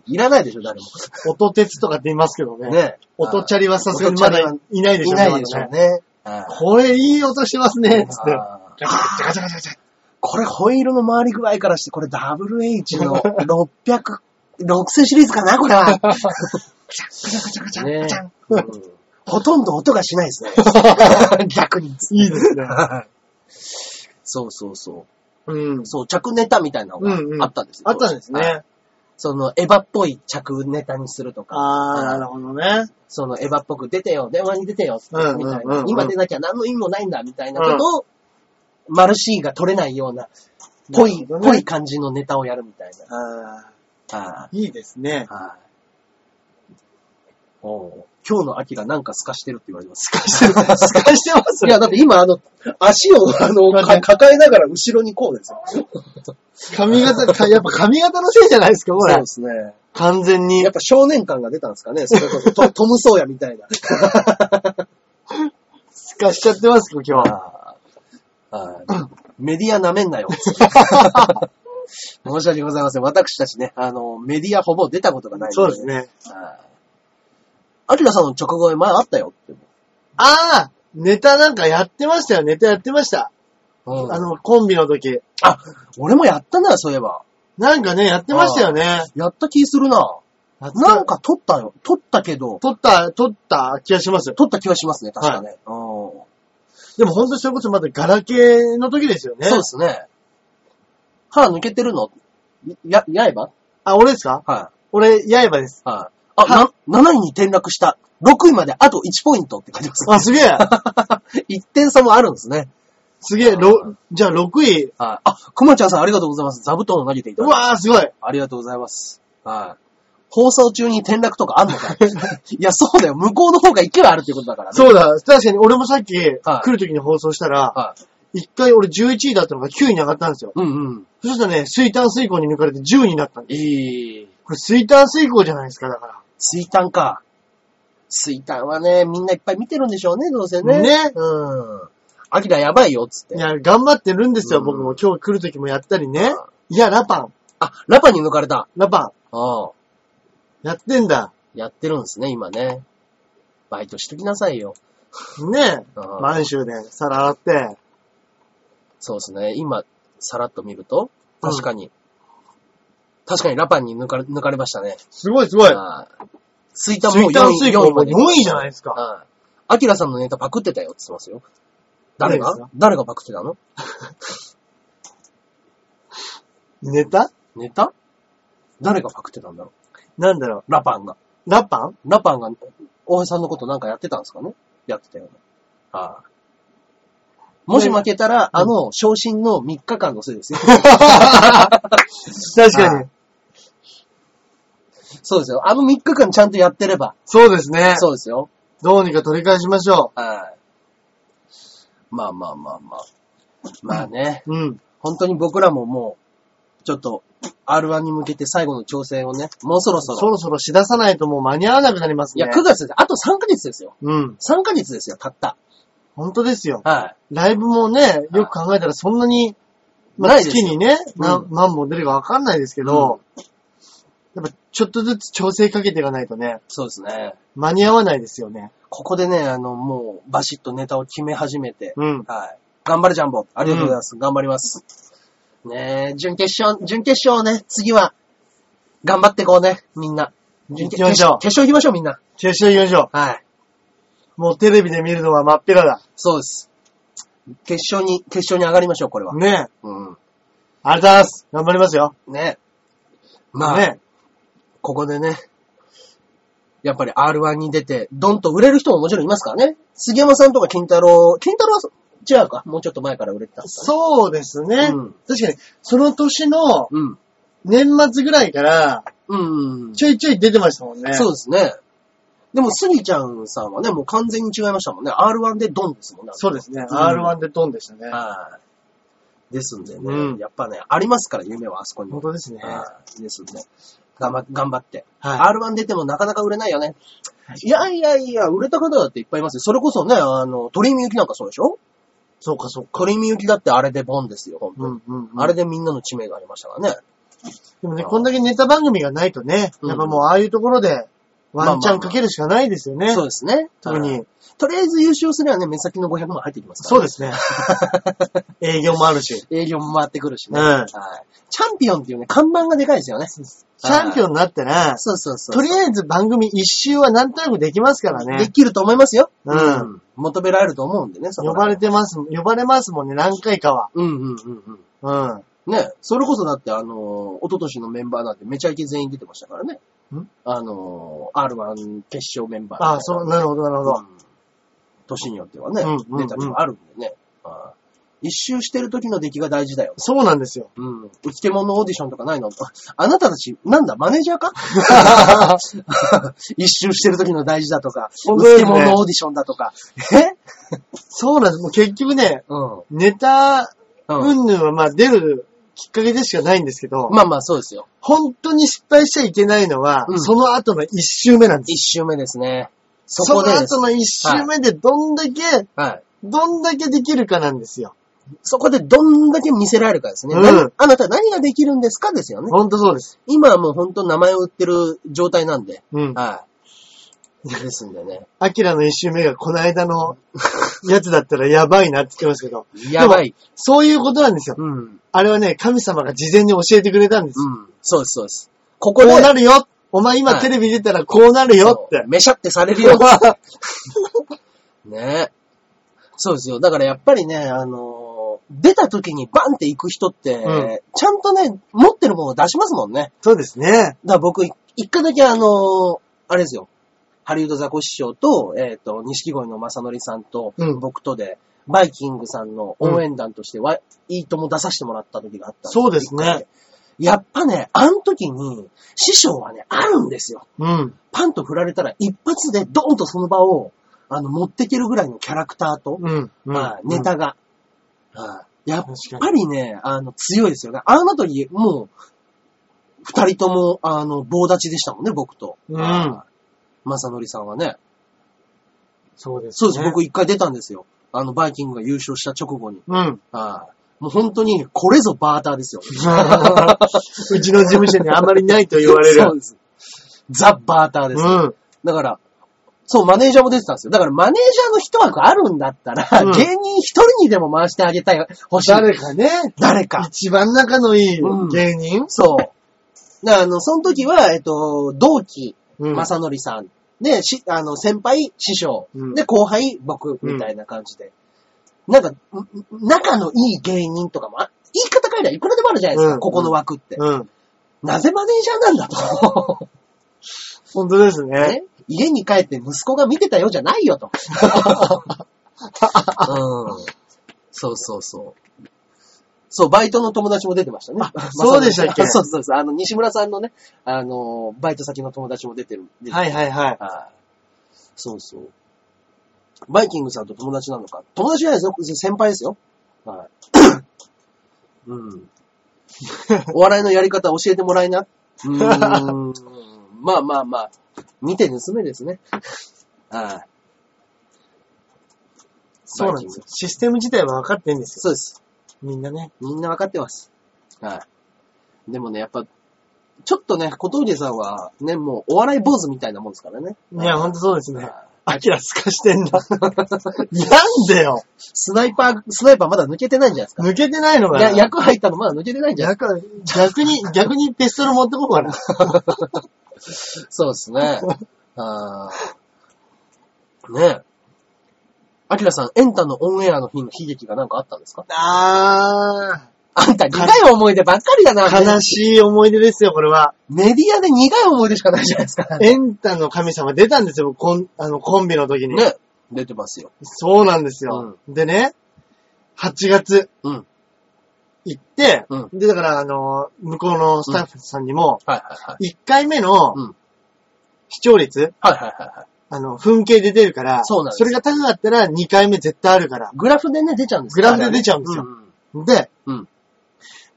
Speaker 1: いらないでしょ、誰も。
Speaker 2: 音鉄とかって言いますけどね。
Speaker 1: ね。
Speaker 2: 音チ
Speaker 1: ャ
Speaker 2: ャリはさすがにまだ
Speaker 1: 音
Speaker 2: いないでし
Speaker 1: い
Speaker 2: ょ
Speaker 1: ないでしょう
Speaker 2: ね。
Speaker 1: ね。はい
Speaker 2: これいい音してますね、つって。
Speaker 1: あー
Speaker 2: ガチャガチャガチャガチャガチャ。
Speaker 1: これホイールの回り具合からして、これ WH の600、6000シリーズかな、これは。
Speaker 2: ガチャガチャ
Speaker 1: ね
Speaker 2: ガチャ。
Speaker 1: うんほとんど音がしないですね。逆に。
Speaker 2: いいですね。
Speaker 1: そうそうそう。
Speaker 2: うん。
Speaker 1: そう、着ネタみたいなの
Speaker 2: うんうん
Speaker 1: があったんですよ。
Speaker 2: あったんです
Speaker 1: はい
Speaker 2: ね。
Speaker 1: その、エヴァっぽい着ネタにするとか、
Speaker 2: あー、なるほどね。
Speaker 1: その、エヴァっぽく出てよ、電話に出てよ、
Speaker 2: うんうんうん
Speaker 1: みたい
Speaker 2: うんう
Speaker 1: な。
Speaker 2: ん
Speaker 1: 今出なきゃ何の意味もないんだ、みたいなことを、マルシーが取れないような、ぽい、
Speaker 2: なるほど
Speaker 1: ぽ
Speaker 2: ね
Speaker 1: い感じのネタをやるみたい
Speaker 2: あ
Speaker 1: な。はい
Speaker 2: ーいいですね。
Speaker 1: はい。おう今日の秋がなんか透かしてるって言われます。
Speaker 2: 透かしてます
Speaker 1: いや、だって今、あの、足を、あの、か抱えながら後ろにこうですよ。
Speaker 2: 髪型、かやっぱ髪型のせいじゃないですか、これ。
Speaker 1: すね。
Speaker 2: 完全に
Speaker 1: やっ。ぱ少年感が出たんですかね。それこそ [LAUGHS] ト、トム・ソーヤみたいな。
Speaker 2: 透かしちゃってます、今日は。
Speaker 1: メディア舐めんなよ。申し訳ございません。私たちね、あの、メディアほぼ出たことがない
Speaker 2: そうです。ね。
Speaker 1: はいアキラさんの直後で前あったよって。
Speaker 2: あーネタなんかやってましたよ。ネタやってました。
Speaker 1: うん
Speaker 2: あの、コンビの時。
Speaker 1: あ、俺もやったな、そういえば。
Speaker 2: なんかね、やってましたよね。
Speaker 1: やった気するな。なんか撮ったよ。撮ったけど、
Speaker 2: 撮った、撮った気がしますよ。
Speaker 1: 撮った気はしますね、確かね。うん
Speaker 2: でも本当にそれこそまだガラケーの時ですよね。
Speaker 1: そうですね。歯抜けてるのや、やえば
Speaker 2: あ、俺ですか
Speaker 1: は
Speaker 2: 俺、刃です。
Speaker 1: い。はい。あ、な、7位に転落した。6位まであと1ポイントって書いてます。 [LAUGHS]
Speaker 2: あ、すげえ。
Speaker 1: 1点差もあるんですね。
Speaker 2: すげえ、ろじゃあ6位。
Speaker 1: はい。あ、くまちゃんさんありがとうございます。座布団を投げていた
Speaker 2: う
Speaker 1: だいて。
Speaker 2: わー、すごい。
Speaker 1: ありがとうございます。はい。放送中に転落とかあんのか [LAUGHS] いや、そうだよ。向こうの方が勢いあるっていうことだからね。
Speaker 2: そうだ、確かに俺もさっき来
Speaker 1: はい
Speaker 2: る時に放送したら、
Speaker 1: はい。
Speaker 2: 一回俺11位だったのが9位に上がったんですよ。
Speaker 1: うんうん。
Speaker 2: そしたらね、水炭水鉱に抜かれて10位になったんです。
Speaker 1: いい。
Speaker 2: これ水炭水鉱じゃないですか、だか
Speaker 1: 水炭か。水炭はね、みんないっぱい見てるんでしょうね、どうせ
Speaker 2: ら。
Speaker 1: ね。。
Speaker 2: ね。
Speaker 1: うん。アキラやばいよ、つって
Speaker 2: い。や、頑張ってるんですよ、
Speaker 1: うん
Speaker 2: 僕も。今日来る時もやったりね。いや、ラパン。
Speaker 1: あ、ラパに抜かれた。
Speaker 2: ラパ
Speaker 1: ああ。
Speaker 2: ン。やってんだ。
Speaker 1: やってるんですね、今ね。バイトしときなさいよ。
Speaker 2: ねえ。
Speaker 1: うん
Speaker 2: 満州で皿洗って。
Speaker 1: そうですね。今、さらっと見ると、
Speaker 2: うん
Speaker 1: 確かに、確かにラパンに抜かれ、抜かれましたね。
Speaker 2: すごいすごい。
Speaker 1: ああ水炭も
Speaker 2: 水
Speaker 1: う
Speaker 2: 炭
Speaker 1: 4
Speaker 2: 水
Speaker 1: 位、
Speaker 2: 鉱
Speaker 1: 4位
Speaker 2: も
Speaker 1: ま
Speaker 2: 4
Speaker 1: で。
Speaker 2: 位じゃないですか。
Speaker 1: ああアキラさんのネタパクってたよって言ってますよ。誰
Speaker 2: 誰です
Speaker 1: が誰がパクってたの
Speaker 2: ネタ
Speaker 1: ネタ誰がパクってたんだろ
Speaker 2: なんだろ
Speaker 1: うラパンが。
Speaker 2: う。ラパン
Speaker 1: ラパンが、大橋さんのことなんかやってたんですかねやってたよね。ああ。もし負けたら、あの、昇進の3日間のせいですよ。 [LAUGHS]
Speaker 2: 確かに。
Speaker 1: そうですよ。あの3日間ちゃんとやってれば。
Speaker 2: そうですね。
Speaker 1: そうですよ。
Speaker 2: どうにか取り返しましょ
Speaker 1: はい。まあまあまあまあ。まあね、
Speaker 2: う。うん。
Speaker 1: 本当に僕らももう、ちょっと、R1 に向けて最後の調整をね、もうそろそろ。
Speaker 2: そろそろしださないともう間に合わなくなります
Speaker 1: い
Speaker 2: ね。
Speaker 1: や、9月で、あと3ヶ月ですよ。
Speaker 2: うん。
Speaker 1: 3ヶ月ですよ、たった。
Speaker 2: 本当ですよ。
Speaker 1: は
Speaker 2: ライブもね、よく考えたらそんなに、ま
Speaker 1: な
Speaker 2: あ、
Speaker 1: いですよ
Speaker 2: 月にね、な
Speaker 1: うん
Speaker 2: 何本出るかわかんないですけど、やっぱちょっとずつ調整かけていかないとね
Speaker 1: い。、そうですね。
Speaker 2: 間に合わないですよね。
Speaker 1: ここでね、あの、もう、バシッとネタを決め始めて、
Speaker 2: うん。
Speaker 1: はい。頑張れ、ジャンボ。ありがとうございます。頑張ります。ねえ、準決勝、準決勝ね、次は、頑張ってこうね、みんな。準決
Speaker 2: 行きましょう
Speaker 1: 決勝行きましょう、みんな。
Speaker 2: 決勝行きましょ
Speaker 1: はい。
Speaker 2: う。もうテレビで見るのは真っ平だ。
Speaker 1: そうです。決勝に、決勝に上がりましょう、これは。
Speaker 2: ねえ。
Speaker 1: うん。
Speaker 2: ありがとうございます。頑張りますよ。
Speaker 1: ねまあ、
Speaker 2: ね
Speaker 1: ここでね、やっぱり R1 に出て、ドンと売れる人ももちろんいますからね。杉山さんとか金太郎、金太郎は違うか。もうちょっと前から売れてたんですかね。
Speaker 2: そうですね。
Speaker 1: うん
Speaker 2: 確かに、その年の
Speaker 1: うん。
Speaker 2: 年末ぐらいから、
Speaker 1: うん。
Speaker 2: ちょいちょい出てましたもんね。
Speaker 1: そうですね。でも、スギちゃんさんはね、もう完全に違いましたもんね。R1 でドンですもんね。
Speaker 2: そうですね。
Speaker 1: うん
Speaker 2: R1 でドンでしたね。
Speaker 1: はい。ですんでね、
Speaker 2: うん
Speaker 1: やっぱね、ありますから、夢はあそこに
Speaker 2: 本。当ですね。
Speaker 1: はいですんで。頑張頑張って。
Speaker 2: は
Speaker 1: R1 出てもなかなか売れないよね。いやいやいや、売れた方だっていっぱいいますよ。それこそね、あの、鳥見ゆきなんかそうでしょ
Speaker 2: そうか、そうか。
Speaker 1: 鳥見ゆきだってあれでボンですよ、本当
Speaker 2: うんうん、うん。
Speaker 1: あれでみんなの知名がありましたからね。
Speaker 2: でもね、こんだけネタ番組がないとね、
Speaker 1: うん
Speaker 2: やっぱもうああいうところでワンチャンかけるしかないですよね。
Speaker 1: そうですね。
Speaker 2: 特
Speaker 1: はい。
Speaker 2: に。
Speaker 1: とりあえず優勝すればね、目先の500万入ってきますから、
Speaker 2: そうですね。 [LAUGHS] 営業もあるし。
Speaker 1: 営業も回ってくるし
Speaker 2: う
Speaker 1: ね。
Speaker 2: ん。
Speaker 1: はい。チャンピオンっていうね、看板がでかいですよね。
Speaker 2: [LAUGHS] チャンピオンになってね、
Speaker 1: そうそうそう。
Speaker 2: とりあえず番組一周はなんとなくできますから
Speaker 1: で
Speaker 2: ね。
Speaker 1: きると思いますよ。
Speaker 2: うん
Speaker 1: う求められると思うんでね、そこ
Speaker 2: 呼
Speaker 1: ら
Speaker 2: ばれ
Speaker 1: 辺。
Speaker 2: てます、呼ばれますもんね、何回かは。
Speaker 1: うんうんうんうん。
Speaker 2: うん。
Speaker 1: ね、それこそだってあのー、一昨年のメンバーなんてめちゃイケ全員出てましたからね。
Speaker 2: ん
Speaker 1: あのー、R1 決勝メンバー
Speaker 2: ああ、そう、なるほど、なるほど。
Speaker 1: うん年によってはね、
Speaker 2: うんうんうん
Speaker 1: 出たりもあるんでね。ああ一周してる時の出来が大事だよ。
Speaker 2: そうなんですよ。
Speaker 1: うん。生きて者オーディションとかないの [LAUGHS] あなたたち、なんだ、マネージャー
Speaker 2: [LAUGHS]
Speaker 1: か [LAUGHS] 一周してる時の大事だとか、
Speaker 2: 本
Speaker 1: 生
Speaker 2: 当です
Speaker 1: き
Speaker 2: ね
Speaker 1: て者オーディションだとか。え
Speaker 2: そうなんです。もう結局ね、
Speaker 1: うん。
Speaker 2: ネタ、
Speaker 1: うん。
Speaker 2: うんぬんはまあ出るきっかけでしかないんですけど、
Speaker 1: まあまあ、そうですよ。
Speaker 2: 本当に失敗しちゃいけないのは、
Speaker 1: うん
Speaker 2: その後の一周目なんです。
Speaker 1: 一周目ですね。そ
Speaker 2: そ
Speaker 1: こ
Speaker 2: の
Speaker 1: でです
Speaker 2: 後の一周目でどんだけ、
Speaker 1: はい。
Speaker 2: どんだけできるかなんですよ。
Speaker 1: そこでどんだけ見せられるかですね。
Speaker 2: うん
Speaker 1: なあなた何ができるんですかですよね。
Speaker 2: ほんとそうです。
Speaker 1: 今はもう本当名前を売ってる状態なんで。
Speaker 2: うん。
Speaker 1: はい。ですんで
Speaker 2: [LAUGHS]
Speaker 1: ね。
Speaker 2: アキラの一周目がこの間のやつだったらやばいなって言ってますけど、
Speaker 1: やばい。
Speaker 2: そういうことなんですよ。
Speaker 1: うん。うん。
Speaker 2: あれはね、神様が事前に教えてくれたんです。
Speaker 1: そうです、そうです。こ
Speaker 2: こ
Speaker 1: こで、
Speaker 2: うなるよお前
Speaker 1: は
Speaker 2: 今
Speaker 1: い
Speaker 2: テレビ出たらこうなるよって。
Speaker 1: めしゃってされるよ。ねえ。そうですよ。だからやっぱりね、あのー出た時にバンって行く人って、
Speaker 2: うん
Speaker 1: ちゃんとね、持ってるものを出しますもんね。
Speaker 2: そうですね。
Speaker 1: だから僕、い一回だけあのーあれですよ。ハリウッドザコシショウと、えっ、と、錦鯉の正則さんと、
Speaker 2: うん
Speaker 1: 僕とで、バイキングさんの応援団としては、いいとも出させてもらった時があったん
Speaker 2: そうですね。
Speaker 1: 一回やっぱね、あの時に、師匠はね、あるんですよ。
Speaker 2: うん。
Speaker 1: パンと振られたら一発でドーンとその場を、あの、持ってけるぐらいのキャラクターと、
Speaker 2: うん。
Speaker 1: まあ、ネタが、はいやっ
Speaker 2: 確か
Speaker 1: ぱりね、あの、強いですよね。あの時、もう、二人とも、あの、棒立ちでしたもんね、僕と。
Speaker 2: うん
Speaker 1: はい。まさのりさんはね。
Speaker 2: そうです、
Speaker 1: そうです、僕一回出たんですよ。あの、バイキングが優勝した直後に。
Speaker 2: うん。
Speaker 1: はい。もう本当に、これぞバーターですよ。
Speaker 2: うちの事務所にあまりないと言われる。
Speaker 1: そうです。ザ・バーターです。
Speaker 2: うん。
Speaker 1: だから、そう、マネージャーも出てたんですよ。だから、マネージャーの一枠あるんだったら、
Speaker 2: うん
Speaker 1: 芸人一人にでも回してあげたい、欲しい。
Speaker 2: 誰かね、
Speaker 1: 誰か。
Speaker 2: 一番仲のいい
Speaker 1: うん
Speaker 2: 芸人、
Speaker 1: そう。だからあの、その時は、えっと、同期、
Speaker 2: うん
Speaker 1: 正則さん。で、し、あの、先輩、師匠。
Speaker 2: うん
Speaker 1: で、後輩、僕、みたいな感じで。なんか、んん仲のいい芸人とかも、あ言い方変えりゃいくらでもあるじゃないですか、
Speaker 2: うん
Speaker 1: ここの枠って。
Speaker 2: うん。
Speaker 1: なぜマネージャーなんだと。
Speaker 2: 本当ですね。
Speaker 1: ね、家に帰って息子が見てたようじゃないよ
Speaker 2: [LAUGHS]
Speaker 1: と。うん、そうそうそう。そう、バイトの友達も出てましたね。
Speaker 2: そうでしたっけ
Speaker 1: [LAUGHS] そうそうそう。あの、西村さんのね、あの、バイト先の友達も出てる。出てる
Speaker 2: はいはいはい。
Speaker 1: はい。そうそう。バイキングさんと友達なのか。友達じゃないですよ。先輩ですよ。はい。 [COUGHS] うん。お笑いのやり方教えてもらいな。うーん。まあまあまあ。見て盗めですね。はい。
Speaker 2: そう
Speaker 1: バイ
Speaker 2: なんですよ
Speaker 1: キング。
Speaker 2: システム自体は分かってんですよ。
Speaker 1: そうです。
Speaker 2: みんなね。
Speaker 1: みんなわかってます。はい。でもね、やっぱ、ちょっとね、小峠さんは、ね、もうお笑い坊主みたいなもんですからね。
Speaker 2: いや、ほんとそうです
Speaker 1: は
Speaker 2: ね
Speaker 1: い。
Speaker 2: アキラ透かしてんだ。なんでよ
Speaker 1: スナイパー、スナイパーまだ抜けてないんじゃないですか。
Speaker 2: 抜けてないのが
Speaker 1: や役入ったのまだ抜けてないんじゃない
Speaker 2: 逆逆に、逆にピストル持ってこうかな。
Speaker 1: [LAUGHS] そうですね。あーねえ。アキラさん、エンタのオンエアの日の悲劇がなんかあったんですか
Speaker 2: あ
Speaker 1: あんた苦い思い出ばっかりだな。
Speaker 2: ー、悲しい思い出ですよ、これは。
Speaker 1: メディアで苦い思い出しかないじゃないですか。
Speaker 2: エンタの神様出たんですよ、コンあのコンビの時に。
Speaker 1: ね。出てますよ。
Speaker 2: そうなんですよ。でね、8月
Speaker 1: うん。
Speaker 2: 行って、
Speaker 1: うん
Speaker 2: で、だから、あの、向こうのスタッフさんにも、
Speaker 1: はいはいはい。
Speaker 2: 1回目の
Speaker 1: うん
Speaker 2: 視聴率、
Speaker 1: はいはいはいはい。
Speaker 2: あの、噴景で出るから、
Speaker 1: そうなんです
Speaker 2: れが高かったら2回目絶対あるから、
Speaker 1: グラフでね、出ちゃうんです
Speaker 2: グラフで出ちゃうんですよ
Speaker 1: うんうん
Speaker 2: で、
Speaker 1: うん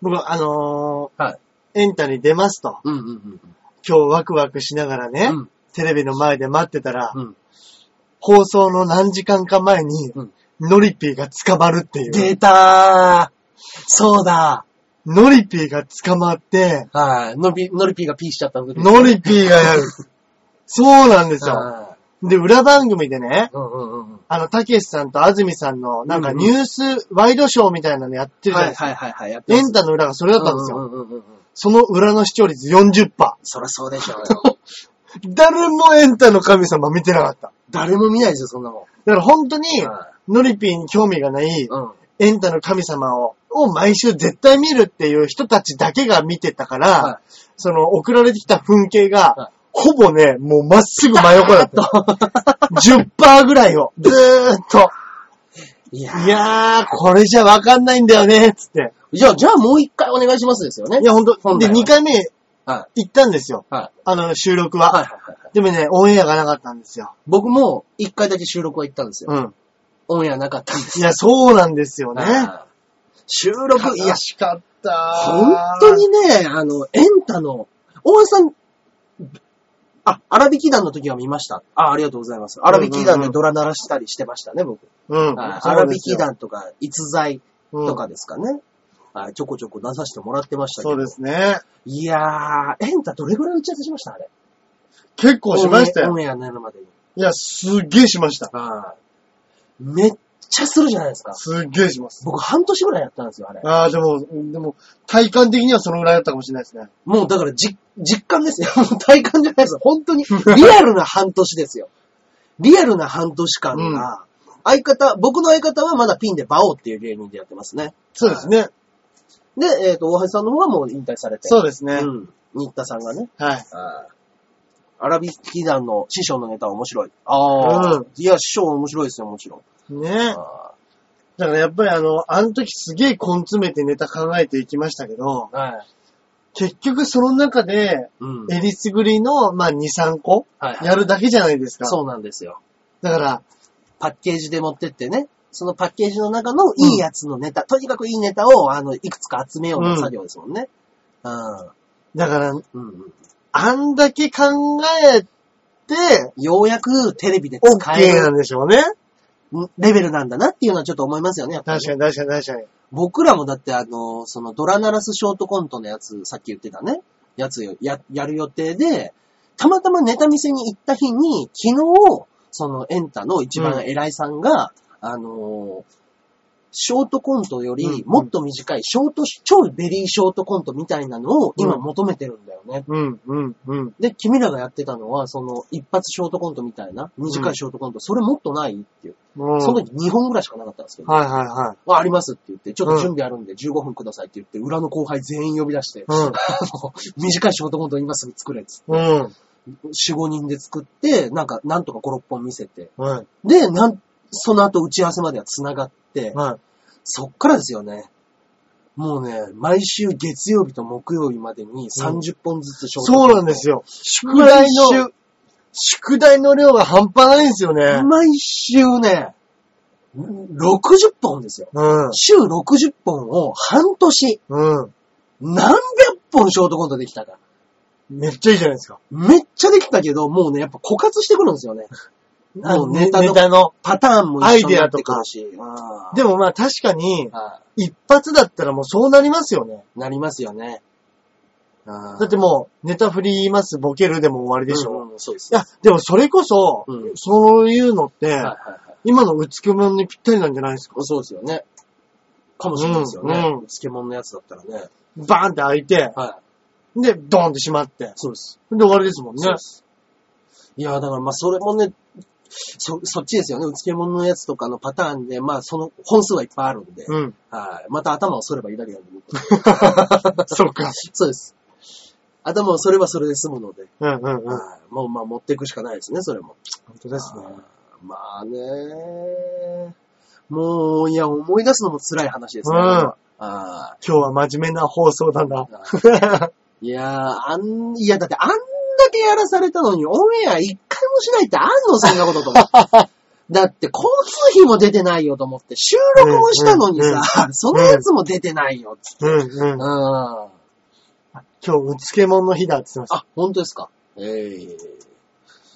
Speaker 2: 僕、あのー
Speaker 1: はい
Speaker 2: エンタに出ますと、
Speaker 1: うんうんうん。
Speaker 2: 今日ワクワクしながらね、
Speaker 1: うん
Speaker 2: テレビの前で待ってたら、
Speaker 1: うん。
Speaker 2: 放送の何時間か前に、
Speaker 1: うん
Speaker 2: ノリピーが捕まるっていう。
Speaker 1: 出たーそうだ
Speaker 2: ノリピーが捕まって、
Speaker 1: はい。のり、のりぴーがピーしちゃったの時
Speaker 2: ノリピーがやる。そうなんですよ。
Speaker 1: は
Speaker 2: で、裏番組でね
Speaker 1: い、うんうんうんうん。
Speaker 2: あの、たけしさんと安住さんの、なんか
Speaker 1: うん
Speaker 2: ニュース、ワイドショーみたいなのやってるじ
Speaker 1: は
Speaker 2: ゃない
Speaker 1: い
Speaker 2: ですか。
Speaker 1: はいはいはい。やって
Speaker 2: エンタの裏がそれだったんですよ。
Speaker 1: うんうんうんうん。
Speaker 2: その裏の視聴率40%。
Speaker 1: そりゃそうでしょうよ。
Speaker 2: 誰もエンタの神様見てなかった。
Speaker 1: [LAUGHS] 誰も見ないですよ、そんなもん。
Speaker 2: だから本当に、
Speaker 1: は
Speaker 2: ノリピーに興味がない
Speaker 1: い、うん。
Speaker 2: エンタの神様を、を毎週絶対見るっていう人たちだけが見てたから、
Speaker 1: は
Speaker 2: その送られてきた噴景が、
Speaker 1: はい
Speaker 2: ほぼね、もうまっすぐ真 [LAUGHS] 横だった。10%ぐ [LAUGHS] らいを、 [LAUGHS] ずーっと。
Speaker 1: いや
Speaker 2: いやー、これじゃわかんないんだよね、つって。
Speaker 1: じゃあ、じゃあもう一回お願いしますですよね。
Speaker 2: いや、ほんと。
Speaker 1: 本
Speaker 2: で、
Speaker 1: 来は
Speaker 2: 2回目
Speaker 1: は
Speaker 2: 行ったんですよ。
Speaker 1: い。はい。
Speaker 2: あの、収録は。
Speaker 1: はいはいはいはい。
Speaker 2: でもね、オンエアがなかったんですよ。
Speaker 1: 僕も一回だけ収録は行ったんですよ。
Speaker 2: うん。
Speaker 1: オンエアなかったんです
Speaker 2: いや、そうなんですよね。
Speaker 1: はい収録、いや、
Speaker 2: しかった
Speaker 1: 本当。にね、あの、エンタの、大江さん、あ、荒引き団の時は見ました。あ、ありがとうございます。荒引き団でドラ鳴らしたりしてましたね、僕。
Speaker 2: うん。
Speaker 1: はい
Speaker 2: そうな
Speaker 1: 荒
Speaker 2: んで
Speaker 1: 引
Speaker 2: す
Speaker 1: き
Speaker 2: よ
Speaker 1: 団とか、逸材とかですかね。はい、ちょこちょこ出させてもらってましたけど。
Speaker 2: そうですね。
Speaker 1: いやー、エンタどれぐらい打ち合わせしましたあれ。
Speaker 2: 結構しました
Speaker 1: オ
Speaker 2: よ。
Speaker 1: ンエアオンエアになるまでに。
Speaker 2: いや、すっげえしました。
Speaker 1: はい。めっちゃするじゃないですか。
Speaker 2: すっげえします。
Speaker 1: 僕半年ぐらいやったんですよ、あれ。
Speaker 2: ああ、でも、でも、体感的にはそのぐらいだったかもしれないですね。
Speaker 1: もうだからじ、実感ですよ。 [LAUGHS] もう体感じゃないですよ。本当に、リアルな半年ですよ。リアルな半年間が、相方、僕の相方はまだピンでバオっていう芸人でやってますね。
Speaker 2: そうですね。
Speaker 1: で、えっ、と、大橋さんの方はもう引退されて。
Speaker 2: そうですね。
Speaker 1: うん。新田さんがね。
Speaker 2: はい。
Speaker 1: アラビスキ団の師匠のネタ面白い。ああ、
Speaker 2: うん
Speaker 1: いや、師匠面白いですよ、もちろん。
Speaker 2: ね
Speaker 1: あ
Speaker 2: だからやっぱりあの、あの時すげえ根詰めてネタ考えていきましたけど、
Speaker 1: ーはい。
Speaker 2: 結局その中で、
Speaker 1: うん。
Speaker 2: えりすぐりの、まあ、2、3個
Speaker 1: はいはい
Speaker 2: やるだけじゃないですか。
Speaker 1: そうなんですよ。
Speaker 2: だから、
Speaker 1: パッケージで持ってってね、そのパッケージの中のいいやつのネタ、とにかくいいネタを、あの、いくつか集めようの作業ですもんね。うん。
Speaker 2: だから、
Speaker 1: うんうん。
Speaker 2: あんだけ考えて、
Speaker 1: ようやくテレビで
Speaker 2: OK
Speaker 1: 使え
Speaker 2: な
Speaker 1: る
Speaker 2: んでしょうね。
Speaker 1: レベルなんだなっていうのはちょっと思いますよね、やっぱり
Speaker 2: 確かに確かに確かに。
Speaker 1: 僕らもだってあの、そのドラ鳴らすショートコントのやつ、さっき言ってたね、やつよや、やる予定で、たまたまネタ見せに行った日に、昨日、そのエンタの一番偉いさんが、あのー、ショートコントよ
Speaker 2: うん
Speaker 1: りもっと短い、ショート、超ベリーショートコントみたいなのを今
Speaker 2: うん
Speaker 1: 求めてるんだよね。
Speaker 2: うん、うん、うん。
Speaker 1: で、君らがやってたのは、その一発ショートコントみたいな、短いショートコント、それもっとないっていう。
Speaker 2: うん
Speaker 1: その時2本ぐらいしかなかったんですけど。
Speaker 2: はいはいはい。
Speaker 1: はありますって言って、ちょっと準備あるんで15分くださいって言って、裏の後輩全員呼び出して、
Speaker 2: うん
Speaker 1: あの [LAUGHS] 短いショートコント今すぐ作れっつって。
Speaker 2: うん。
Speaker 1: 4、5人で作って、なんか、なんとか5、6本見せて。
Speaker 2: はい。
Speaker 1: で、なん、その後打ち合わせまでは繋がって、
Speaker 2: はい。
Speaker 1: そっからですよね。もうね、毎週月曜日と木曜日までに30本ずつショートコント、
Speaker 2: そうなんです
Speaker 1: よ。
Speaker 2: よ。宿題
Speaker 1: 題
Speaker 2: の
Speaker 1: の、
Speaker 2: 宿題の量が半端ないんですよね。
Speaker 1: 毎週ね、60本ですよ。
Speaker 2: うん。
Speaker 1: 週60本を半年、
Speaker 2: うん。
Speaker 1: 何百本ショートコントできたか。
Speaker 2: めっちゃいいじゃないですか。
Speaker 1: めっちゃできたけど、もうね、やっぱ枯渇してくるんです [LAUGHS] よね。あのネタの
Speaker 2: の。
Speaker 1: パターンも一緒になってくるし。
Speaker 2: でもまあ確かに
Speaker 1: うん、は
Speaker 2: 一発だったらもうそうなりますよね。
Speaker 1: いなりますよね。だ
Speaker 2: だってもう、ネタ振ります、ボケるでも終わりでしょ。
Speaker 1: うんそうです
Speaker 2: い。や、でもそれこそ、
Speaker 1: うん
Speaker 2: そういうのっ
Speaker 1: は
Speaker 2: て、
Speaker 1: いはいはい。
Speaker 2: 今のうつくもんにぴったりなんじゃないですか。
Speaker 1: そうですよね。かもしれないですよね。
Speaker 2: うんうん
Speaker 1: 漬物のやつだったらね。
Speaker 2: バーンって開いて、
Speaker 1: はい。
Speaker 2: で、ドーンって閉まって。
Speaker 1: そうです。
Speaker 2: で、終わりですもんね
Speaker 1: そう。です。いや、だからまあ、それもね、そ、そっちですよね。漬物のやつとかのパターンで、まあ、その本数はいっぱいあるんで。 [LAUGHS]
Speaker 2: うん。
Speaker 1: はい。また頭を剃ればいいだけなんで。僕
Speaker 2: そうか。
Speaker 1: [LAUGHS] そうです。頭を剃ればそれで済むので。
Speaker 2: うんうんうん。本
Speaker 1: はいもうまあ持っていくしかないですね、それも。
Speaker 2: 当ですね。
Speaker 1: まあね。もう、いや、思い出すのも辛い話ですね。
Speaker 2: うん
Speaker 1: ああ
Speaker 2: 今日は真面目な放送だな。
Speaker 1: いやーあん、いや、だってあんだけやらされたのに、オンエア一回もしないってあんの、そんなことと思って。
Speaker 2: [LAUGHS]
Speaker 1: だって交通費も出てないよと思って、収録もしたのにさ、そのやつも出てないよっつって。
Speaker 2: うんう。
Speaker 1: うんん。
Speaker 2: 今
Speaker 1: あ、
Speaker 2: 日、うつけもんの日だって言ってました。
Speaker 1: 本当ですか。ええ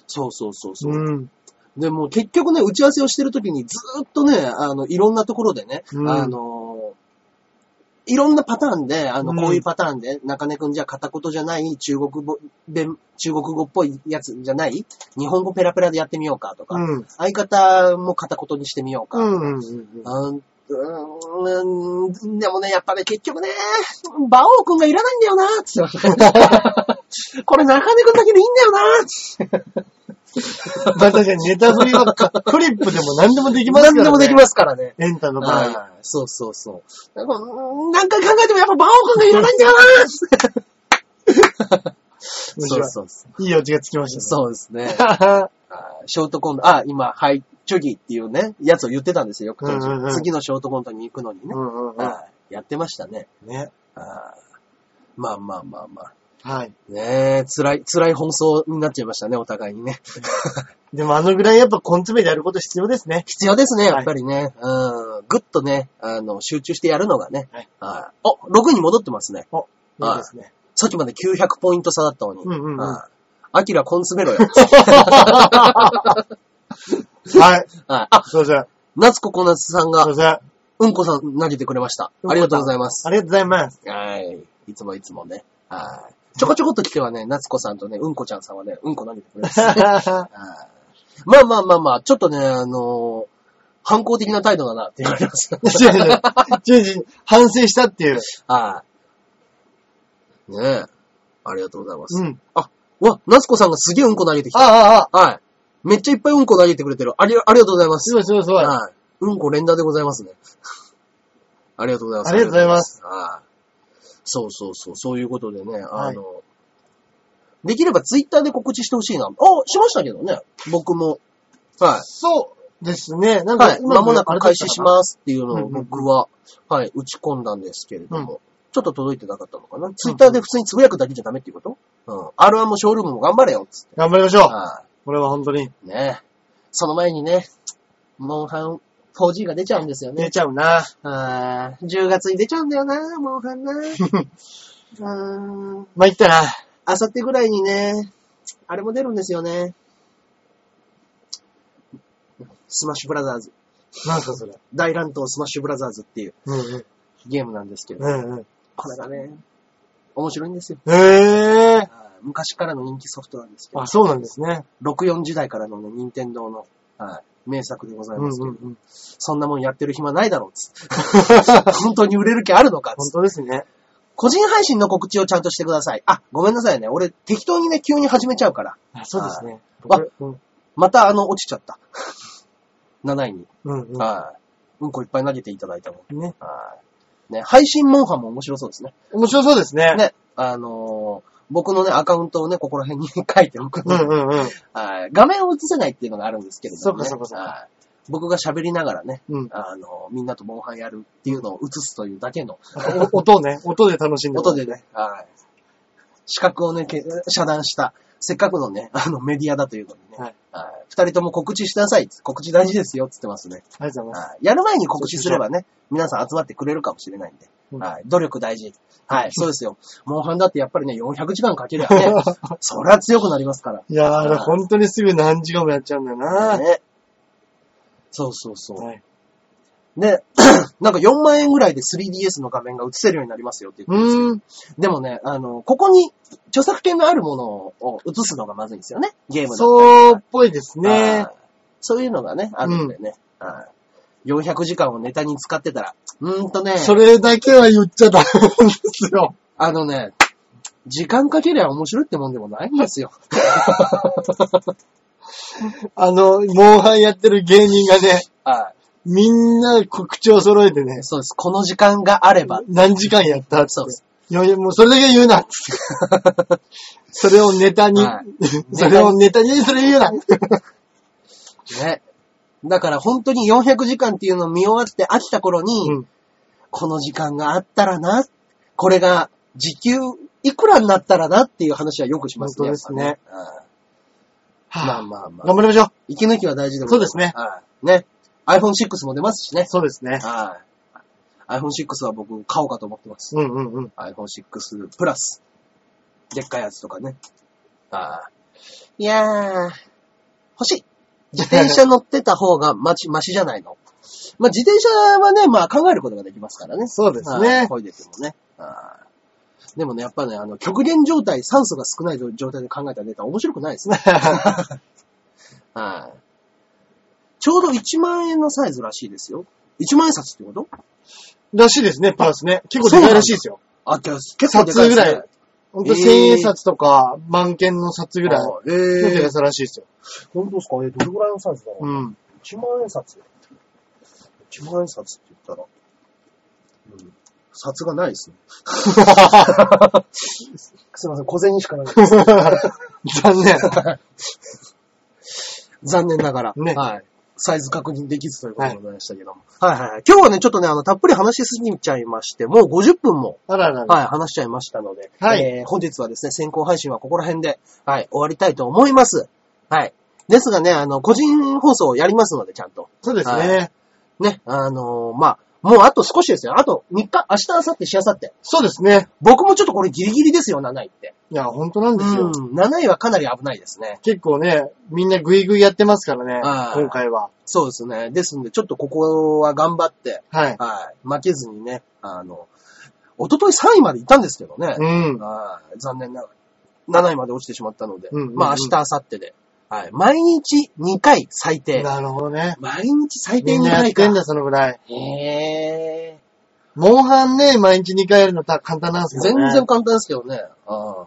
Speaker 1: そうそうそうそう。
Speaker 2: うん。
Speaker 1: で、もう結局ね、打ち合わせをしてるときにずーっとね、あの、いろんなところでね、
Speaker 2: うん
Speaker 1: あの、いろんなパターンで、あの、
Speaker 2: うん
Speaker 1: こういうパターンで、中根くんじゃ片言じゃない、中国語、弁中国語っぽいやつじゃない、日本語ペラペラでやってみようかとか、
Speaker 2: うん。
Speaker 1: 相方も片言にしてみようか。
Speaker 2: うん。
Speaker 1: あーうーん、でもね、やっぱね、結局ね、馬王くんがいらないんだよな、つって。
Speaker 2: [LAUGHS]
Speaker 1: これ中根くんだけでいいんだよな、つって。
Speaker 2: まあ確かにネタ振りは
Speaker 1: [LAUGHS]
Speaker 2: クリップでも何でもできますから
Speaker 1: 何
Speaker 2: ね。
Speaker 1: でもできますからね。
Speaker 2: エンタの場合。
Speaker 1: はいそうそうそう。なんかうーん何回考えてもやっぱ馬王くんがいらないんだよな、つって。そうそうそう。
Speaker 2: いいオチがつきましたね。
Speaker 1: そうですね。あーショートコント、あ、今、はい、チョギっていうね、やつを言ってたんですよ、よく当時
Speaker 2: うんうんうん
Speaker 1: 次のショートコントに行くのにね。
Speaker 2: うんうんう
Speaker 1: はいやってました [LAUGHS] ね。
Speaker 2: ん。ね。
Speaker 1: あーまあまあまあまあ。
Speaker 2: はい。
Speaker 1: ねえ、辛い、辛い放送になっちゃいましたね、お互いにね。
Speaker 2: でもあのぐらいやっぱ根詰めでやること必要ですね。
Speaker 1: 必要ですね、
Speaker 2: はい
Speaker 1: やっぱりね。うん。ぐっとね、あの、集中してやるのがね。
Speaker 2: はい
Speaker 1: はい。お、6に戻ってますね。
Speaker 2: いいですね。
Speaker 1: さっきまで900ポイント差だったのに。
Speaker 2: うんうんうん
Speaker 1: はいアキラコン詰
Speaker 2: [LAUGHS]
Speaker 1: めろよ。
Speaker 2: はい。
Speaker 1: はい。あ、
Speaker 2: すいません。す
Speaker 1: 夏ココナツさん
Speaker 2: い
Speaker 1: が
Speaker 2: ま、せん。あ
Speaker 1: うんこさん投げてくれました。ありがとうございます。
Speaker 2: りがとうござい
Speaker 1: [LAUGHS]
Speaker 2: ます。 [LAUGHS]
Speaker 1: はい。いつもいつもね。はい。ちょこちょこっと来てはね、夏子さんとね、うんこちゃんさんはね、うんこ投げてくれ
Speaker 2: [LAUGHS]
Speaker 1: ます。あーまあまあまあまあ、ちょっとね、あのー反抗的な態度だなって言われ
Speaker 2: [LAUGHS]
Speaker 1: ます。
Speaker 2: 違う違う違う違う反省したっていう。
Speaker 1: はい。ねえ。ありがとうございます。
Speaker 2: うん。
Speaker 1: わ、夏子さんがすげえうんこ投げてき
Speaker 2: あ
Speaker 1: た。
Speaker 2: あ、ああ。
Speaker 1: はい。めっちゃいっぱいうんこ投げてくれてる。ありありがとうございますす。
Speaker 2: ごいすごいすごい。
Speaker 1: はい。うんこ連打でございますね。 [LAUGHS] ありがとうございます。
Speaker 2: ありがとうございます。
Speaker 1: はい。そうそうそう、そういうことでね、あ
Speaker 2: はい
Speaker 1: の、できればツイッターで告知してほしいな。あ、しましたけどね。僕も。はい。
Speaker 2: そうですね。なん
Speaker 1: は
Speaker 2: か
Speaker 1: い。
Speaker 2: 今の
Speaker 1: まもなく開始しますっていう
Speaker 2: うん
Speaker 1: のを
Speaker 2: うんうん
Speaker 1: 僕は、はい、打ち込んだんですけれども、
Speaker 2: う
Speaker 1: ちょっと届いてなかったのかな。ツイッターで普通につぶやくだけじゃダメっていうことうん。R1 もショールームも頑張れよ、つって。
Speaker 2: 頑張りましょう。
Speaker 1: は
Speaker 2: これは本当に。
Speaker 1: い。ねえその前にね、モンハン 4G が出ちゃうんですよ
Speaker 2: 出
Speaker 1: ね。
Speaker 2: ちゃうな。
Speaker 1: あー10月に出ちゃうんだよな、モンハン [LAUGHS] な。あ
Speaker 2: ま、いったな。
Speaker 1: あさってぐらいにね、あれも出るんですよね。スマッシュブラザーズ。
Speaker 2: なんすかそれ。
Speaker 1: 大乱闘スマッシュブラザーズっていう
Speaker 2: うんうん。
Speaker 1: ゲームなんですけど。
Speaker 2: うんうん。
Speaker 1: これがね、面白いんですよ。
Speaker 2: へえ。
Speaker 1: はい昔からの人気ソフトなんですけど
Speaker 2: あ、、そうなんですね。
Speaker 1: 64時代からのね、任天堂の、はい名作でござい
Speaker 2: うん
Speaker 1: ますけど、
Speaker 2: うんうん。
Speaker 1: そんなもんやってる暇ないだろうっ
Speaker 2: [LAUGHS]
Speaker 1: つって。本当に売れる気あるのかっつ
Speaker 2: 本
Speaker 1: って
Speaker 2: 当ですね。
Speaker 1: 個人配信の告知をちゃんとしてください。あ、ごめんなさいね。俺適当にね、急に始めちゃうから。
Speaker 2: あ、そうですね。
Speaker 1: はい
Speaker 2: 僕うん
Speaker 1: またあの、落ちちゃった。7位に。
Speaker 2: うんうん。
Speaker 1: はい。うんこいっぱい投げていただいたもん。
Speaker 2: ね。
Speaker 1: はい。ね、配信モンハンも面白そうですね。
Speaker 2: 面白そうですね。
Speaker 1: ね、あのー僕のね、アカウントをね、ここら辺に書いておく
Speaker 2: うん
Speaker 1: ので、
Speaker 2: うんうん。
Speaker 1: はい画面を映せないっていうのがあるんですけれども、ね。
Speaker 2: そうかそうかそうか
Speaker 1: はい僕が喋りながらね、
Speaker 2: うん。
Speaker 1: あのーみんなとモンハンやるっていうのを映すというだ
Speaker 2: [LAUGHS]
Speaker 1: けの
Speaker 2: お音ね。音で楽しんで。
Speaker 1: 音で。ね、はい視覚をね、け遮断した、せっかくのね、 [LAUGHS] あの、メディアだというのにね、
Speaker 2: はい
Speaker 1: はい二人とも告知しなさい。告知大事ですよ、つってますね。
Speaker 2: ありがとうございます。
Speaker 1: はいやる前に告知すればね、皆さん集まってくれるかもしれないんで。
Speaker 2: うん
Speaker 1: はい。努力大事。
Speaker 2: [LAUGHS]
Speaker 1: はい。そうですよ。モンハンだってやっぱりね、400時間かけりゃね、そりゃ強くなりますか
Speaker 2: いやー、本当にすぐ何時間もやっちゃうんだよ
Speaker 1: ら。
Speaker 2: な。
Speaker 1: ね。そうそうそう。
Speaker 2: はい。
Speaker 1: で、 [CLEARS THROAT] なんか4万円ぐらいで 3DS の画面が映せるようになりますよって言ってるんですよ
Speaker 2: うーん。
Speaker 1: でもね、あの、ここに著作権のあるものを映すのがまずいんですよね。ゲームの。
Speaker 2: そうっぽいですね
Speaker 1: あー。そういうのがね、あるんでね。あー400時間をネタに使ってたら、うーんとね、
Speaker 2: それだけは言っちゃダメですよ。
Speaker 1: あのね、時間かけりゃ面白いってもんでもないんですよ。
Speaker 2: あの、モンハンやってる芸人がね、
Speaker 1: はい。
Speaker 2: みんな告知を揃えてね、
Speaker 1: そうです。この時間があれば。
Speaker 2: 何時間やったって。
Speaker 1: そうです
Speaker 2: いやいや、もうそれだけ言うなっつって。それをネタに、
Speaker 1: は
Speaker 2: [LAUGHS] それをネタにそれ言うな。
Speaker 1: ね。だから本当に400時間っていうのを見終わって飽きた頃に、
Speaker 2: うん
Speaker 1: この時間があったらな。これが時給いくらになったらなっていう話はよくしますね。
Speaker 2: 本当ですね
Speaker 1: やっぱね。うんまあまあまあ。
Speaker 2: 頑張りましょう。
Speaker 1: 息抜きは大事でも
Speaker 2: そうですね。
Speaker 1: はい。ね。iPhone6 も出ますしね。
Speaker 2: そうですね。
Speaker 1: はい。iPhone6 は僕買おうかと思ってます。
Speaker 2: うんうんうん。
Speaker 1: iPhone6 プラス。でっかいやつとかね。ああ。いやー、欲
Speaker 2: [LAUGHS]
Speaker 1: しい。自転車乗ってた方がまち、マシじゃないの。まあ、自転車はね、まあ考えることができますからね。
Speaker 2: そうですね。
Speaker 1: こいでてもね。ああでもね、やっぱね、あの、極限状態、酸素が少ない状態で考えたデータ面白くないです
Speaker 2: [LAUGHS]
Speaker 1: ね。はい。ちょうど1万円のサイズらしいですよ。1万円札ってこと
Speaker 2: らしいですね、パースね。結構でかいらしいですよ。
Speaker 1: あ、じゃあ結構でかい、
Speaker 2: 札ぐらいほんと
Speaker 1: えー
Speaker 2: 1000円札とか、万件の札ぐらいの
Speaker 1: え
Speaker 2: で
Speaker 1: え
Speaker 2: かさらしいですよ。
Speaker 1: 本当ですかえ、どれぐらいのサイズだろう、
Speaker 2: うん。 [LAUGHS]
Speaker 1: ?1 万円札。1万円札って言ったら、うん、札がない [LAUGHS] ですね。すいません、小銭しかない。
Speaker 2: 残念。
Speaker 1: [LAUGHS] 残念ながら、
Speaker 2: ね
Speaker 1: はい。サイズ確認できずということでございましたけども。はい、はいはい今日はね、ちょっとね、あの、たっぷり話しすぎちゃいまして、もう50分も、
Speaker 2: あららら。
Speaker 1: はい、話しちゃいましたので、
Speaker 2: はい
Speaker 1: えー本日はですね、先行配信はここら辺で、はい、終わりたいと思います。はい。ですがね、あの、個人放送をやりますので、ちゃんと。
Speaker 2: そうですね。
Speaker 1: ね、あのーまあ、もうあと少しですよ。あと3日、明日、明後日、しあさって。
Speaker 2: そうですね。
Speaker 1: 僕もちょっとこれギリギリですよ、7位って。
Speaker 2: いや、本当なんですよ。
Speaker 1: うん、7位はかなり危ないですね。
Speaker 2: 結構ね、みんなグイグイやってますからね、
Speaker 1: はい
Speaker 2: 今回は。
Speaker 1: そうですね。ですんで、ちょっとここは頑張って、
Speaker 2: はい。
Speaker 1: はい。負けずにね、あの、一昨日3位までいたんですけどね、
Speaker 2: うん。
Speaker 1: はい残念ながら、7位まで落ちてしまったので、
Speaker 2: うんうんうん
Speaker 1: まあ明日、明後日で、はい。毎日2回最低。
Speaker 2: なるほどね。
Speaker 1: 毎日最低
Speaker 2: みん
Speaker 1: 2
Speaker 2: なやっ
Speaker 1: 回
Speaker 2: て
Speaker 1: か
Speaker 2: ん。だ、そのぐらい。
Speaker 1: へー。
Speaker 2: モンハンね、毎日2回やるのた簡単なんですけ
Speaker 1: 全
Speaker 2: どね。
Speaker 1: 然簡単ですけどね。あー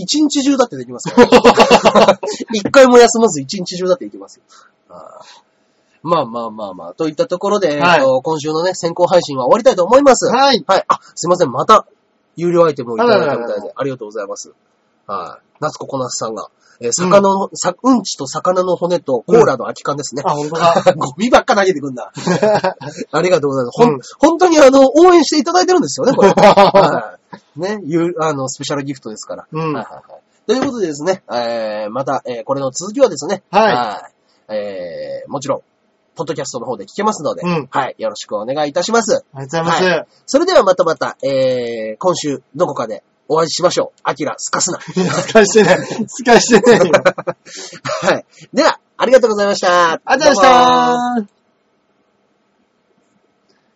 Speaker 1: 一日中だってでき [LAUGHS] ますから、一回も休まず一日中だってできますよ。あーまあまあまあまあ、といったところで、
Speaker 2: はい
Speaker 1: えっと今週のね、先行配信は終わりたいと思います。はい。
Speaker 2: はい。
Speaker 1: あ、すいません、また、有料アイテムをいただいたみ
Speaker 2: あら
Speaker 1: た
Speaker 2: ら
Speaker 1: い
Speaker 2: ら
Speaker 1: で
Speaker 2: ら、
Speaker 1: ありがとうございます。はい。夏子こなすさんが、えー魚の、さうんちと魚の骨とコーラの空き缶ですね。
Speaker 2: あ、本当だ。
Speaker 1: [LAUGHS] ゴミばっか投げてくん [LAUGHS] な。ありがとうございます。ほん、
Speaker 2: うん
Speaker 1: 本当にあの、応援していただいてるんですよね、これ。はい。ね、ゆあの、スペシャルギフトですから。
Speaker 2: うん
Speaker 1: はいはいはい。ということでですね、えー、また、えー、これの続きはですね、
Speaker 2: はい
Speaker 1: いえー、もちろん、ポッドキャストの方で聞けますので、
Speaker 2: うん
Speaker 1: はい、よろしくお願いいたします。
Speaker 2: ありがとうございます。
Speaker 1: はそれではまたまた、えー、今週、どこかでお会いしましょう。アキラ、すか
Speaker 2: [LAUGHS]
Speaker 1: すな。
Speaker 2: いや、使いしてない。使いしてないよ。
Speaker 1: はい。では、ありがとうございました。
Speaker 2: ありがとうございまし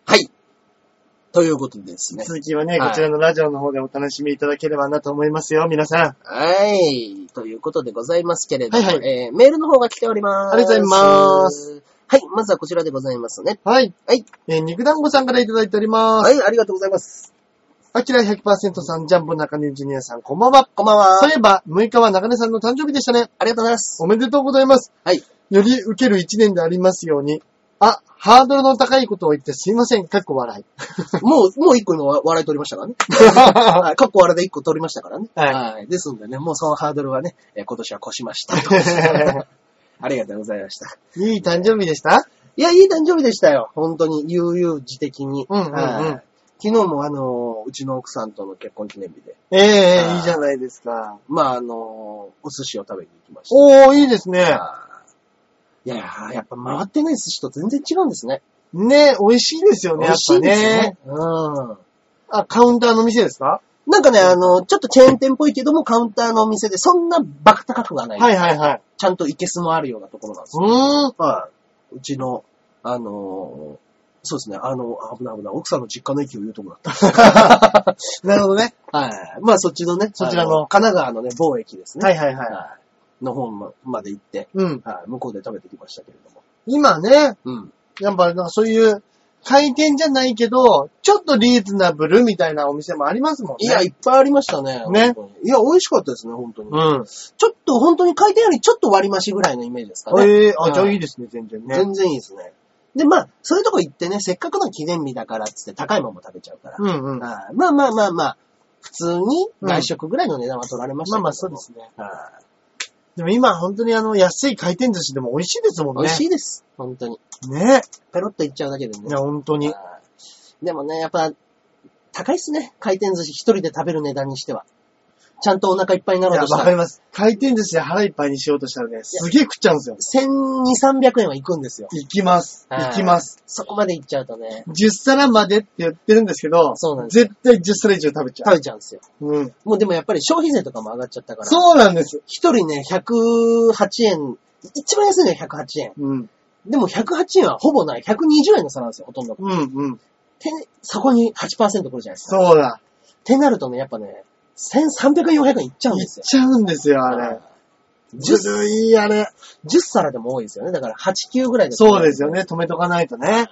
Speaker 1: はい。ということでです
Speaker 2: た。
Speaker 1: ね。
Speaker 2: 続きはね、
Speaker 1: はい
Speaker 2: こちらのラジオの方でお楽しみいただければなと思いますよ、皆さん。
Speaker 1: はい。ということでございますけれども、
Speaker 2: はいは
Speaker 1: えーメールの方が来ております。
Speaker 2: ありがとうございます。
Speaker 1: はい。まずはこちらでございますね。
Speaker 2: はい。
Speaker 1: はい。
Speaker 2: えー肉団子さんからいただいております。
Speaker 1: はい、ありがとうございます。
Speaker 2: あきら100%さん、ジャンボ中根ジュニアさん、こんばんは。
Speaker 1: こんばんは。
Speaker 2: そういえば、6日は中根さんの誕生日でしたね。
Speaker 1: ありがとうございます。
Speaker 2: おめでとうございます。
Speaker 1: はい。
Speaker 2: より受ける一年でありますように。あ、ハードルの高いことを言ってすいません。かっ
Speaker 1: [LAUGHS]
Speaker 2: こ笑い。
Speaker 1: もう、もう一個の笑い取りました
Speaker 2: [LAUGHS]
Speaker 1: からね。はい。過去あれで一個取りましたからね。
Speaker 2: はい
Speaker 1: い。ですのでね、もうそのハードルはね、えー今年は越しま
Speaker 2: [LAUGHS]
Speaker 1: した。ありがとうございました。
Speaker 2: いい誕生日でした
Speaker 1: いや、いい誕生日でしたよ。本当に、悠々自適に。
Speaker 2: うんうんうん
Speaker 1: はい昨日もあのー、うちの奥さんとの結婚記念日で、
Speaker 2: ええ
Speaker 1: あー
Speaker 2: いいじゃないですか。
Speaker 1: まああのー、お寿司を食べに行きました。
Speaker 2: おー、いいですね。
Speaker 1: いやー、やっぱ回ってない寿司と全然違うんですね。
Speaker 2: ね、美味しいですよ
Speaker 1: 美
Speaker 2: ね、やっ
Speaker 1: 味し
Speaker 2: ぱ
Speaker 1: いですよ
Speaker 2: ね
Speaker 1: ね。。うん。
Speaker 2: あ、カウンターの店ですか
Speaker 1: なんかね、あの、ちょっとチェーン店っぽいけども、カウンターのお店で、そんなバカ高くはない。
Speaker 2: はいはいはい。
Speaker 1: ちゃんとイケスのあるようなところなんですよ。
Speaker 2: うーん。
Speaker 1: はい。うちの、あのーそうですね、あの、危ない危ない、奥さんの実家の駅を言うとこだ [LAUGHS] った。
Speaker 2: なるほどね。
Speaker 1: はい。まあ、そっちのね、
Speaker 2: そちらの
Speaker 1: あ神奈川のね、某駅ですね。
Speaker 2: はいはいはい。
Speaker 1: はい。の方まで行って、
Speaker 2: うん。
Speaker 1: はい、向こうで食べてきましたけれども。
Speaker 2: 今ね、
Speaker 1: うん。
Speaker 2: やっぱなんかそういう、回転じゃないけど、ちょっとリーズナブルみたいなお店もありますもんね。
Speaker 1: いや、いっぱいありましたね。
Speaker 2: ね
Speaker 1: 本当に。いや、美味しかったですね、本当に。
Speaker 2: うん。
Speaker 1: ちょっと、本当に回転よりちょっと割り増しぐらいのイメージですかね。
Speaker 2: ええあ、
Speaker 1: はい
Speaker 2: じゃあいいですね、全然ね。
Speaker 1: 全然いいですね。で、まあ、そういうとこ行ってね、せっかくの記念日だからっつって高いもんも食べちゃうから。
Speaker 2: うんうん。ま
Speaker 1: はいまあまあまあまあ、普通に外食ぐらいの値段は取られましたけど
Speaker 2: あ
Speaker 1: も
Speaker 2: まあ、そうで。すね。
Speaker 1: はい
Speaker 2: でも今、本当にあの、安い回転寿司でも美味しいですもんね。
Speaker 1: 美味しいです。本当に。
Speaker 2: い。ね。
Speaker 1: ペロッといっちゃうだけでね
Speaker 2: いや、。本当に。
Speaker 1: はいでもね、やっぱ、高いっすね。回転寿司一人で食べる値段にしては。ちゃんとお腹いっぱいにないろう
Speaker 2: や、
Speaker 1: とした
Speaker 2: わからり、ます。回転寿司で腹いっぱいにしようとしたらね、すげえ食っちゃうんですよ。
Speaker 1: 1200、300円は行くんですよ。
Speaker 2: 行きます。
Speaker 1: はい
Speaker 2: 行きます。
Speaker 1: そこまで行っちゃうとね、
Speaker 2: 10皿までって言ってるんですけど、
Speaker 1: そうなんです
Speaker 2: 絶対10皿以上食べちゃ
Speaker 1: 食
Speaker 2: う。
Speaker 1: べちゃうんですよ。
Speaker 2: うん。
Speaker 1: もうでもやっぱり消費税とかも上がっちゃったから、
Speaker 2: そうなんです。
Speaker 1: 一人ね、108円、一番安いのは108円。
Speaker 2: うん。
Speaker 1: でも108円はほぼない。120円の差なんですよ、ほとんど。
Speaker 2: うん、うん。
Speaker 1: て、そこに8%来るじゃないですか。
Speaker 2: そうだ。
Speaker 1: ってなるとね、やっぱね、1300円、400円いっちゃうん
Speaker 2: 行
Speaker 1: で
Speaker 2: っ
Speaker 1: すよ。
Speaker 2: ちゃうんですよ、あれ。
Speaker 1: 10
Speaker 2: ずるい、あれ。
Speaker 1: 10皿でも多いですよね。だから8、9ぐらいで。
Speaker 2: そうですよ。ね。止めとかないとね。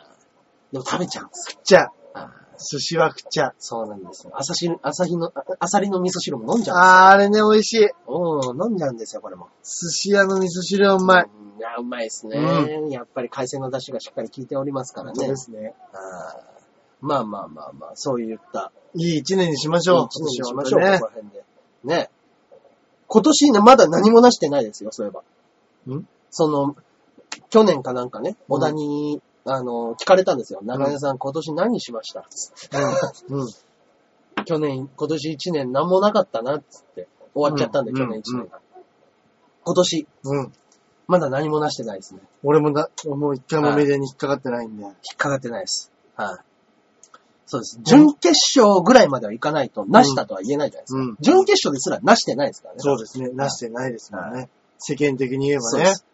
Speaker 1: でも食べちゃうんですよ。
Speaker 2: 食っちゃう。
Speaker 1: あー
Speaker 2: 寿司は食っちゃう。
Speaker 1: そうなんですよ。朝汁、朝日の、ああさりの味噌汁も飲んじゃうんです
Speaker 2: あー、あれね、美味しい。
Speaker 1: よ。うん、飲んじゃうんですよ、これも。
Speaker 2: 寿司屋の味噌汁はうまい。
Speaker 1: うん。いや、うまいですね、
Speaker 2: う
Speaker 1: やっぱり海鮮の出汁がしっかり効いておりますから
Speaker 2: 本当
Speaker 1: ね
Speaker 2: で。すね。
Speaker 1: あーまあまあまあまあ、そういった。
Speaker 2: いい一年にしましょう。
Speaker 1: 一年にしましょう、
Speaker 2: 今年は本
Speaker 1: ここら辺で。ね。今年ね、まだ何もなしてないですよ、そういえば。
Speaker 2: ん
Speaker 1: その、去年かなんかね、小田に、あの、聞かれたんですよ。長屋さん、今年何しました
Speaker 2: 当ね。うん。
Speaker 1: 去年、今年1年何もなかったな、っつって。終わっちゃったんで、
Speaker 2: うん
Speaker 1: 去年1年が。今年、
Speaker 2: うん。
Speaker 1: まだ何もなしてないですね。
Speaker 2: 俺もな、もう一回もメディアに引っかかってないんで。
Speaker 1: 引っかかってないです。はい。そうです。準決勝ぐらいまではいかないと、なしたとは言えないじゃないですか。
Speaker 2: うん
Speaker 1: 準決勝ですらなしてないですからね。
Speaker 2: そうですね。なしてないですもんね。世間的に言えば
Speaker 1: そう
Speaker 2: ね
Speaker 1: で。す。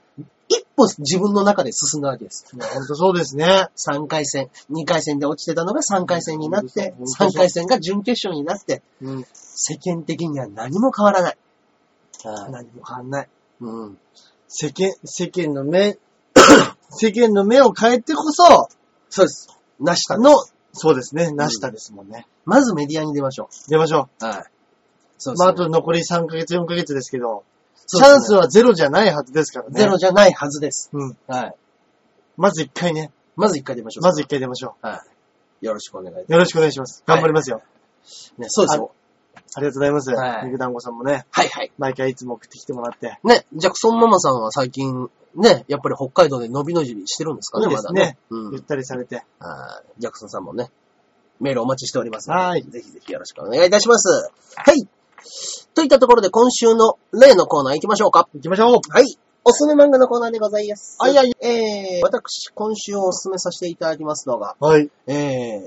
Speaker 1: 一歩自分の中で進んだわけです。
Speaker 2: いやほんとそうですね。
Speaker 1: 3回戦、2回戦で落ちてたのが3回戦になって
Speaker 2: うん、
Speaker 1: 3回戦が準決勝になって、
Speaker 2: うん。
Speaker 1: 世間的には何も変わらない。何も変わらない。うん。
Speaker 2: 世間、世間の目、 [COUGHS] 世間の目を変えてこそ、
Speaker 1: そうです。なしたの。
Speaker 2: の、そうですね。なしたですもんね。
Speaker 1: まずメディアに出ましょ
Speaker 2: 出ましょ。
Speaker 1: う。はい。そううです、
Speaker 2: ま
Speaker 1: ね。
Speaker 2: あ、あと残り3ヶ月、4ヶ月ですけど、
Speaker 1: そうで
Speaker 2: チ
Speaker 1: すね
Speaker 2: ャンスはゼロじゃないはずですからね。
Speaker 1: ゼロじゃないはずです。
Speaker 2: うん。
Speaker 1: はい。
Speaker 2: まず一回ね。
Speaker 1: まず一回出ましょう。
Speaker 2: まず一回出ましょ
Speaker 1: はい。よろしくお願い。
Speaker 2: う。よろしくお願いします。
Speaker 1: はい
Speaker 2: 頑張りますよ。
Speaker 1: ね、そうですよ。
Speaker 2: ありがとうございます。
Speaker 1: はい
Speaker 2: 肉団子さんもね、
Speaker 1: はいはい。
Speaker 2: 毎回いつも送ってきてもらって。
Speaker 1: ね、ジャクソンママさんは最近、ね、やっぱり北海道で伸び伸びしてるんですかね、
Speaker 2: いいで
Speaker 1: ますだ
Speaker 2: ね
Speaker 1: ね。う
Speaker 2: ゆっ
Speaker 1: ん。
Speaker 2: たりされて。
Speaker 1: あージャクソンさんもね、メールお待ちしておりますので。
Speaker 2: はい
Speaker 1: ぜひぜひよろしくお願いいたします。はい。といったところで今週の例のコーナー行きましょうか。
Speaker 2: 行きましょう
Speaker 1: はい。おすすめ漫画のコーナーでございます。
Speaker 2: はいはい。
Speaker 1: えー、私、今週おすすめさせていただきますのが、
Speaker 2: はい。
Speaker 1: えー、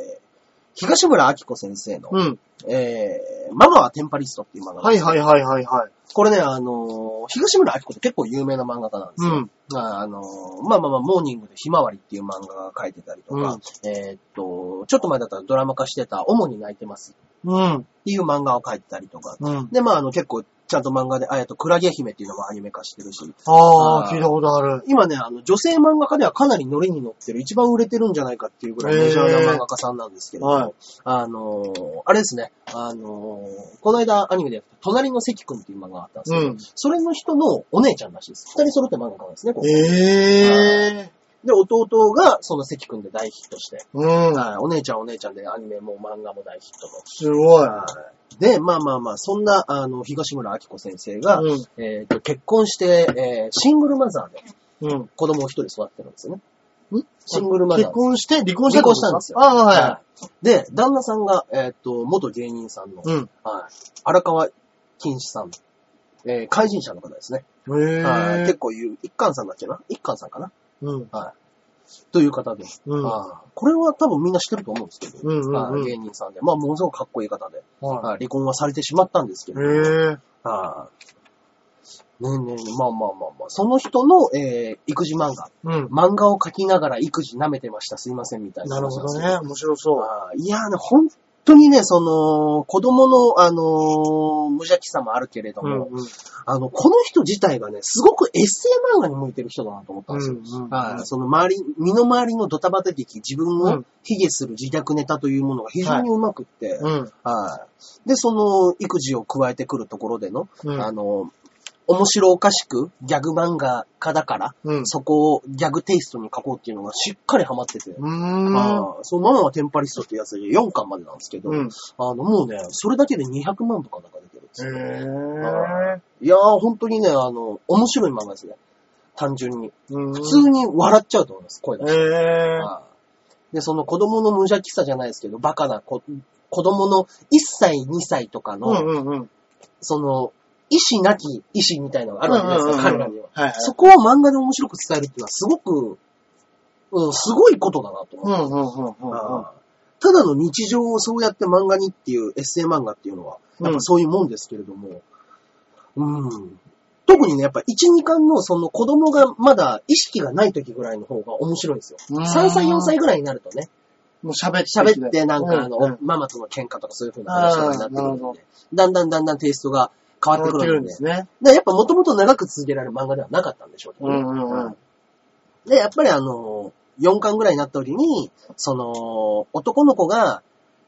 Speaker 1: 東村明子先生の、
Speaker 2: うん。
Speaker 1: えー、ママはテンパリストっていう漫画。
Speaker 2: はいはいはいはいはい。
Speaker 1: これね、あのー東村明子って結構有名な漫画家なんです
Speaker 2: う
Speaker 1: よ。
Speaker 2: ん。
Speaker 1: あのーまあまあまあ、モーニングでひまわりっていう漫画が書いてたりとか、えーっと、ちょっと前だったらドラマ化してた、主に泣いてますっ
Speaker 2: うん。
Speaker 1: ていう漫画を書いてたりとか。
Speaker 2: うん。
Speaker 1: で、まあ、あの、結構、ちゃんと漫画で、あやとクラゲ姫っていうのもアニメ化してるし、
Speaker 2: あ
Speaker 1: あ
Speaker 2: あ、
Speaker 1: ー
Speaker 2: 聞いたことある。
Speaker 1: 今ね、あの、女性漫画家ではかなりノリに乗ってる、一番売れてるんじゃないかっていうぐらいメジャーな漫画家さんなんですけれども、
Speaker 2: へーはい
Speaker 1: あのーあれですね、あのーこの間アニメでやった、隣の関君っていう漫画があったんですけど、
Speaker 2: うん
Speaker 1: それの人のお姉ちゃんらしいです。二人揃って漫画家なんですね、これ
Speaker 2: ええ。
Speaker 1: で、弟がその関君で大ヒットして、
Speaker 2: うん。
Speaker 1: はいお姉ちゃんお姉ちゃんでアニメも漫画も大ヒットの。
Speaker 2: すごい。
Speaker 1: で、まあまあまあ、そんな、あの、東村明子先生が、
Speaker 2: うん
Speaker 1: えーと結婚して、えーシングルマザーで
Speaker 2: うん。
Speaker 1: 子供を一人育ってるんですよね。シングルマザー
Speaker 2: 結婚して、離婚した
Speaker 1: 離
Speaker 2: ってこ
Speaker 1: 婚
Speaker 2: と
Speaker 1: したんですよ
Speaker 2: ああ、は
Speaker 1: で、旦那さんが、えーっと、元芸人さんの、
Speaker 2: い。うん。
Speaker 1: はい荒川金志さん、えー、怪人者の方ですね。
Speaker 2: へ
Speaker 1: はい
Speaker 2: え
Speaker 1: 結。構言う、一貫さんだっけな一貫さんかな
Speaker 2: うん。
Speaker 1: という方で、
Speaker 2: うん
Speaker 1: はいこれは多分みんな知ってると思うんですけど、
Speaker 2: うんうんうん
Speaker 1: はい芸人さんで、まあ、ものすごくかっこいい方で、
Speaker 2: は
Speaker 1: はい離婚はされてしまったんですけ
Speaker 2: い。
Speaker 1: ど、
Speaker 2: へえ。
Speaker 1: はいねえねえ、まあまあまあまあ、その人の、えー育児漫画、
Speaker 2: うん。
Speaker 1: 漫画を描きながら育児舐めてました、すいません、みたいな。
Speaker 2: なるほどね。。面白そう。
Speaker 1: あーいやーね、本当にね、その、子供の、あのー無邪気さもあるけれど
Speaker 2: うん
Speaker 1: も、
Speaker 2: うん。
Speaker 1: あの、この人自体がね、すごくエッセイ漫画に向いてる人だなと思ったんですよ。
Speaker 2: うんうん
Speaker 1: はいその周り、身の回りのドタバタ劇、自分
Speaker 2: う
Speaker 1: を
Speaker 2: ん
Speaker 1: 卑下する自虐ネタというものが非常にうまくって、
Speaker 2: うん。
Speaker 1: はいで、その、育児を加えてくるところでの、
Speaker 2: うん
Speaker 1: あの、面白おかしくギャグ漫画家だから、
Speaker 2: うん。
Speaker 1: そこをギャグテイストに書こうっていうのがしっかりハマってて、
Speaker 2: うーん。
Speaker 1: あーそのママはテンパリストってやつで4巻までなんですけど、
Speaker 2: うん。
Speaker 1: あの、もうね、それだけで200万とかなんか出てるんですよ
Speaker 2: へえ。
Speaker 1: いやー、本当にね、あの、面白い漫画ですね。単純に。
Speaker 2: 普
Speaker 1: 普通に笑っちゃうと思います、声が。
Speaker 2: へえ。
Speaker 1: あーで、その子供の無邪気さじゃないですけど、バカな子、子供の1歳、2歳とか
Speaker 2: うん
Speaker 1: の
Speaker 2: うんうん。
Speaker 1: その、意志なき意志みたいなのがあるわけじゃないですか、彼らには。
Speaker 2: はいはい。
Speaker 1: そこを漫画で面白く伝えるっていうのはすごく、うん、すごいことだなと思
Speaker 2: うんうんうんうんうん。
Speaker 1: う。ただの日常をそうやって漫画にっていうエッセイ漫画っていうのは、やっぱそういうもんですけれども、うん。特にね、やっぱ1、2巻のその子供がまだ意識がない時ぐらいの方が面白いんですよ。
Speaker 2: うん
Speaker 1: 3歳、4歳ぐらいになるとね、
Speaker 2: もう喋って。
Speaker 1: 喋って、なんかあの、
Speaker 2: うんうん
Speaker 1: ママとの喧嘩とかそういう風な話とかになってくる
Speaker 2: あーなる
Speaker 1: の
Speaker 2: ほ
Speaker 1: で、だんだんだんだんテイストが変わって
Speaker 2: 変わ
Speaker 1: く
Speaker 2: ってく
Speaker 1: る
Speaker 2: る
Speaker 1: ん
Speaker 2: ん
Speaker 1: で
Speaker 2: で、
Speaker 1: です
Speaker 2: ね。
Speaker 1: やっぱもともと長く続けられる漫画ではなかったんでしょうけどね、
Speaker 2: うんうんうん
Speaker 1: で、やっぱりあの、4巻ぐらいになった時に、その、男の子が、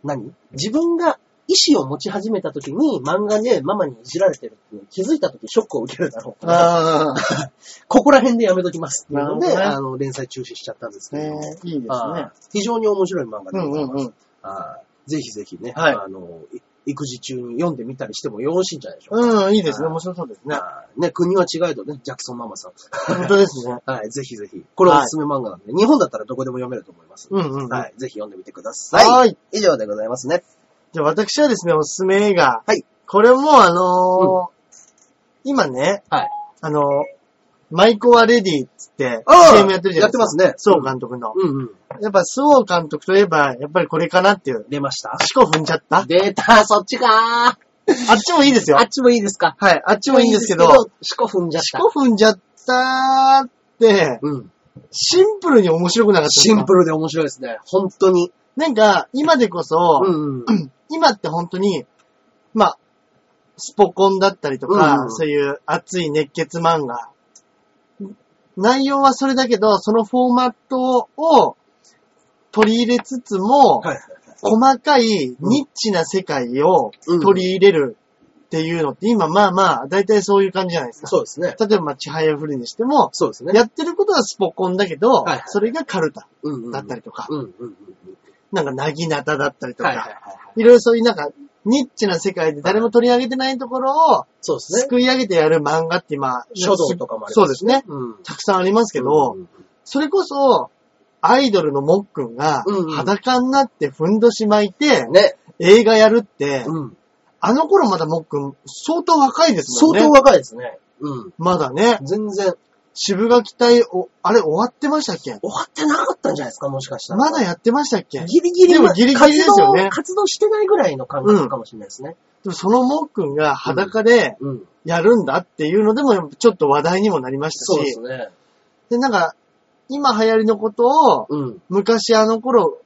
Speaker 1: 何自分が意志を持ち始めた時に漫画でママにいじられてるっていうのに気づいた時ショックを受けるだろうから、
Speaker 2: ああ、
Speaker 1: ここら辺でやめときますっていうので、
Speaker 2: なるほどね
Speaker 1: あの、連載中止しちゃったんですけ
Speaker 2: ね
Speaker 1: ども、
Speaker 2: いいですね
Speaker 1: あ。ー非常に面白い漫画
Speaker 2: う
Speaker 1: でござい
Speaker 2: ん
Speaker 1: ます。
Speaker 2: うんうん。
Speaker 1: はいぜひぜひね、
Speaker 2: はい
Speaker 1: あの、い育児中に読んでみたりしてもよろしいんじゃないでしょうか。
Speaker 2: うん、いいですね。
Speaker 1: はい
Speaker 2: 面白そうですね。
Speaker 1: はいね、国は違えどね、ジャクソンママさん。
Speaker 2: 本当ですね。
Speaker 1: はい、ぜひぜひ。これおすすめ漫画なんで、日本だったらどこでも読めると思います。
Speaker 2: うんうんうん。
Speaker 1: は、
Speaker 2: はい
Speaker 1: ぜひ読んでみてください。
Speaker 2: ーい。
Speaker 1: 以上でございますね。
Speaker 2: じゃあ私はですね、おすすめ映画。
Speaker 1: はい。
Speaker 2: これもあのー、今ね、
Speaker 1: はい。
Speaker 2: あのー、マイコはレディっつって
Speaker 1: あー
Speaker 2: CM やってるじゃないですか。
Speaker 1: やってますね
Speaker 2: そう監督の。
Speaker 1: うんうん。
Speaker 2: やっぱ、スオ監督といえば、やっぱりこれかなっていう。
Speaker 1: 出ました
Speaker 2: 四股踏んじゃったあ
Speaker 1: 出た、そっちか
Speaker 2: っちもいいですよ。
Speaker 1: あっちもいいですか
Speaker 2: はい、あっちもいいんですけど、
Speaker 1: 四股踏んじゃった。
Speaker 2: 四股踏んじゃったーって、
Speaker 1: うん。
Speaker 2: シンプルに面白くなかったです
Speaker 1: シ
Speaker 2: か。
Speaker 1: ンプルで面白いですね。本当に。
Speaker 2: なんか、今でこそ、
Speaker 1: うんうん。
Speaker 2: 今って本当に、まあ、スポコンだったりとか、
Speaker 1: うんうん
Speaker 2: そういう熱い熱血漫画。内容はそれだけど、そのフォーマットを取り入れつつも、
Speaker 1: はい。
Speaker 2: 細かいニッチな世界を取り入れるっていうのって、今まあまあ、だいたいそういう感じじゃないですか。
Speaker 1: そうですね。
Speaker 2: 例えば、まあ、ちはやふりにしても、
Speaker 1: そうですね。
Speaker 2: やってることはスポコンだけど、
Speaker 1: いはい
Speaker 2: それがカルタ
Speaker 1: うんうん。
Speaker 2: だったりとか、
Speaker 1: うんうんうん
Speaker 2: なんかなぎなただったり
Speaker 1: う
Speaker 2: と
Speaker 1: ん。
Speaker 2: か、
Speaker 1: はいはいはい
Speaker 2: い
Speaker 1: はい。
Speaker 2: ろいろそういうなんか、ニッチな世界で誰も取り上げてないところを、
Speaker 1: そうです
Speaker 2: す
Speaker 1: ね。
Speaker 2: くい上げてやる漫画って今、
Speaker 1: 書道とかもあります
Speaker 2: そうですね。
Speaker 1: うん。
Speaker 2: たくさんありますけど、
Speaker 1: うんうん
Speaker 2: それこそ、アイドルのもっくんが
Speaker 1: うんうん、
Speaker 2: 裸になってふんどし巻いて
Speaker 1: うん、ね。
Speaker 2: 映画やるって、
Speaker 1: うん。
Speaker 2: あの頃まだもっくん、相当若いですもん
Speaker 1: 相
Speaker 2: ね。
Speaker 1: 当若いですね。うん。
Speaker 2: まだね。
Speaker 1: 全然、
Speaker 2: 渋垣隊、お、あれ終わってましたっけ
Speaker 1: 終わってなかったんじゃないですか、もしかしたら。
Speaker 2: まだやってましたっけで
Speaker 1: ギリギリ
Speaker 2: で
Speaker 1: ま
Speaker 2: も
Speaker 1: で、
Speaker 2: ギリギリですよ
Speaker 1: 活
Speaker 2: ね
Speaker 1: 動、活動してないぐらいの感覚かもしれないですね。
Speaker 2: もそのもっくんが裸で
Speaker 1: うん。
Speaker 2: やるんだっていうのでも、ちょっと話題にもなりました
Speaker 1: そうで
Speaker 2: し
Speaker 1: す、ね。
Speaker 2: で、なんか、今流行りのことを、
Speaker 1: うん。
Speaker 2: 昔あの頃、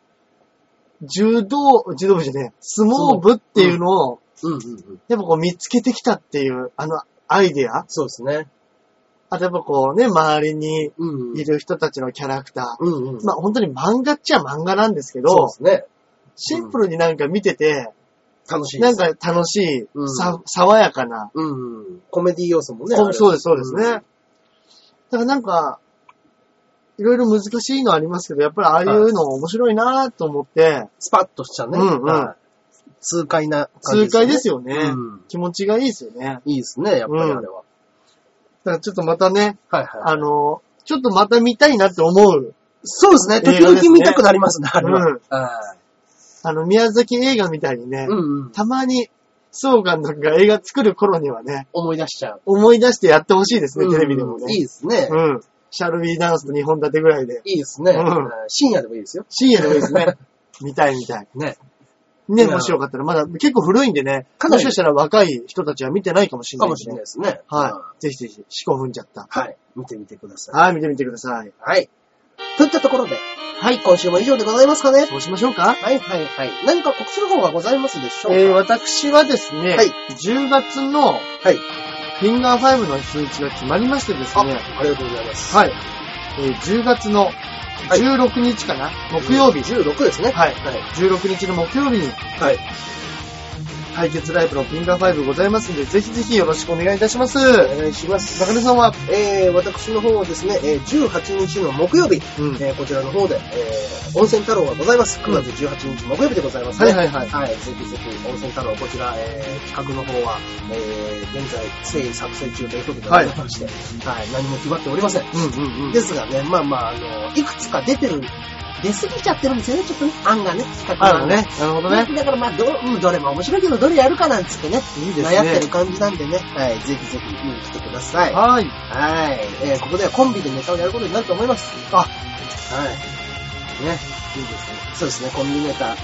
Speaker 2: 柔道、柔道部じゃねえ、相撲部っていうのを、
Speaker 1: うんうんうん。
Speaker 2: やっぱこう見つけてきたっていう、あのアイデア
Speaker 1: そうですね。
Speaker 2: あとやっぱこうね、周りに
Speaker 1: うんうん
Speaker 2: い。る人たちのキャラクター。
Speaker 1: うんうん。
Speaker 2: まあ本当に漫画っちゃ漫画なんですけ
Speaker 1: そう
Speaker 2: ど
Speaker 1: で、すね。
Speaker 2: シンプルになんか見てて、
Speaker 1: 楽しいで
Speaker 2: な
Speaker 1: す。
Speaker 2: んか楽しい、
Speaker 1: うん
Speaker 2: さ爽やかな。
Speaker 1: うんうん。コメディ要素もね。
Speaker 2: そう
Speaker 1: ある
Speaker 2: そうです、そうですね。だからなんか、いろいろ難しいのありますけど、やっぱりああいうの面白いなと思って、
Speaker 1: スパッとしちゃうね。
Speaker 2: うんうん
Speaker 1: はい痛快な感じ
Speaker 2: 痛快です
Speaker 1: よ
Speaker 2: よね。
Speaker 1: うん
Speaker 2: 気持ちがいいですよね。
Speaker 1: いいですね、やっぱりあれは。
Speaker 2: だからちょっとまたね、
Speaker 1: はいはい。
Speaker 2: あの、ちょっとまた見たいなって思う、
Speaker 1: そうですね。時
Speaker 2: 映画で
Speaker 1: 々
Speaker 2: すね
Speaker 1: 見たくなりますね、あれは。
Speaker 2: うん
Speaker 1: はい
Speaker 2: あの、宮崎映画みたいにね、
Speaker 1: うんうん。
Speaker 2: たまに、総監督が映画作る頃にはね、
Speaker 1: 思い出しちゃう。
Speaker 2: 思い出してやってほしいですね、テレビで
Speaker 1: う
Speaker 2: も
Speaker 1: ん
Speaker 2: ね。
Speaker 1: いいですね。
Speaker 2: うん。シャルビーダンスと2本立てぐらいで。
Speaker 1: いいですね。
Speaker 2: うん
Speaker 1: はい深夜でもいいですよ。
Speaker 2: 深夜でもいいです
Speaker 1: [LAUGHS]
Speaker 2: ね。見たい見たい。
Speaker 1: ね。
Speaker 2: ね、
Speaker 1: いや
Speaker 2: もしよかったら、まだ結構古いんでね、
Speaker 1: かな
Speaker 2: も
Speaker 1: り
Speaker 2: しかしたら若い人たちは見てないかもしれな
Speaker 1: か
Speaker 2: い、
Speaker 1: もしれないですね。
Speaker 2: はい。ぜひぜひ、四股踏んじゃった。
Speaker 1: い。はい。見てみてください。
Speaker 2: はい、見てみてください。
Speaker 1: はい。といったところで、
Speaker 2: はい、
Speaker 1: 今週も以上でございますかね。
Speaker 2: そうしましょうか。
Speaker 1: はいはいはい。何か告知の方がございますでしょうか、
Speaker 2: えー、私はですね、
Speaker 1: はい
Speaker 2: 10月の
Speaker 1: はい。
Speaker 2: フィンガー5の数値が決まりましてです
Speaker 1: あ、
Speaker 2: ね、
Speaker 1: ありがとうございます。
Speaker 2: はい、えー10月の16日かな、木曜日、
Speaker 1: 16ですね。
Speaker 2: はい
Speaker 1: はい。
Speaker 2: 16日の木曜日に
Speaker 1: はい。
Speaker 2: 対決ライブのフィンガー5ございますんで、ぜひぜひよろしくお願いいたします。
Speaker 1: お願いします。
Speaker 2: 中根さんは、
Speaker 1: えー、私の方はですね、えー18日の木曜日、
Speaker 2: うん
Speaker 1: えーこちらの方で、えー温泉太郎がございます。9月18日木曜日でございます
Speaker 2: は
Speaker 1: ね。
Speaker 2: いはいはい。
Speaker 1: はい、ぜひぜひ、温泉太郎、こちら、えー、企画の方は、えー、現在、誠意作成中ということでございまして、はい、何も決まっておりません。
Speaker 2: うんうんうん。
Speaker 1: ですがね、まあまあ、あの、いくつか出てる、出過ぎちゃってるんですよね、ちょっとね。案がね、企
Speaker 2: あ
Speaker 1: 画
Speaker 2: る
Speaker 1: が
Speaker 2: の。ね。なるほどね。
Speaker 1: だからまあど、うん、どれも面白いけど、どれやるかなんつってね、
Speaker 2: いいですね。
Speaker 1: 悩んでる感じなんでね、はい、ぜひぜひ見に来てください。は
Speaker 2: はい。
Speaker 1: い、えー、ここではコンビでネタをやることになると思います。
Speaker 2: あ
Speaker 1: はい。ね、いいですね。そうですね、コンビネタ。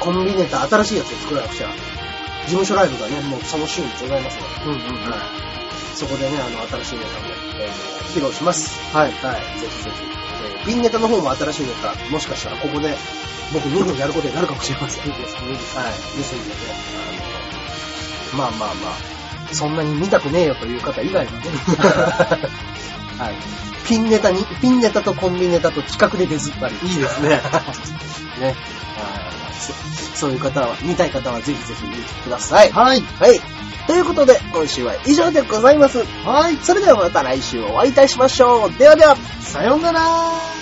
Speaker 1: コンビネタ、新しいやつを作らなくちゃ。事務所ライブがね、もうその週にございますので、
Speaker 2: うんうんうん。
Speaker 1: はい。そこでね、あの、新しいネタも、えー披露します。
Speaker 2: はい。
Speaker 1: はい、ぜひぜひ。えー、ピンネタの方も新しいネタ、もしかしたらここで僕2分やることになるかもしれません。はい、ですので、あの、まあまあまあ、そんなに見たくねえよという方以
Speaker 2: [LAUGHS]
Speaker 1: 外はね、はい、ピンネタに、ピンネタとコンビネタと企画で出ずっぱり。
Speaker 2: いい
Speaker 1: [LAUGHS]
Speaker 2: ですね。
Speaker 1: ね。あーそそういう方は、見たい方はぜひぜひ見てください。
Speaker 2: はい。
Speaker 1: はい。ということで、今週は以上でございます。
Speaker 2: はい。
Speaker 1: それではまた来週お会いいたしましょう。ではでは。
Speaker 2: さようなら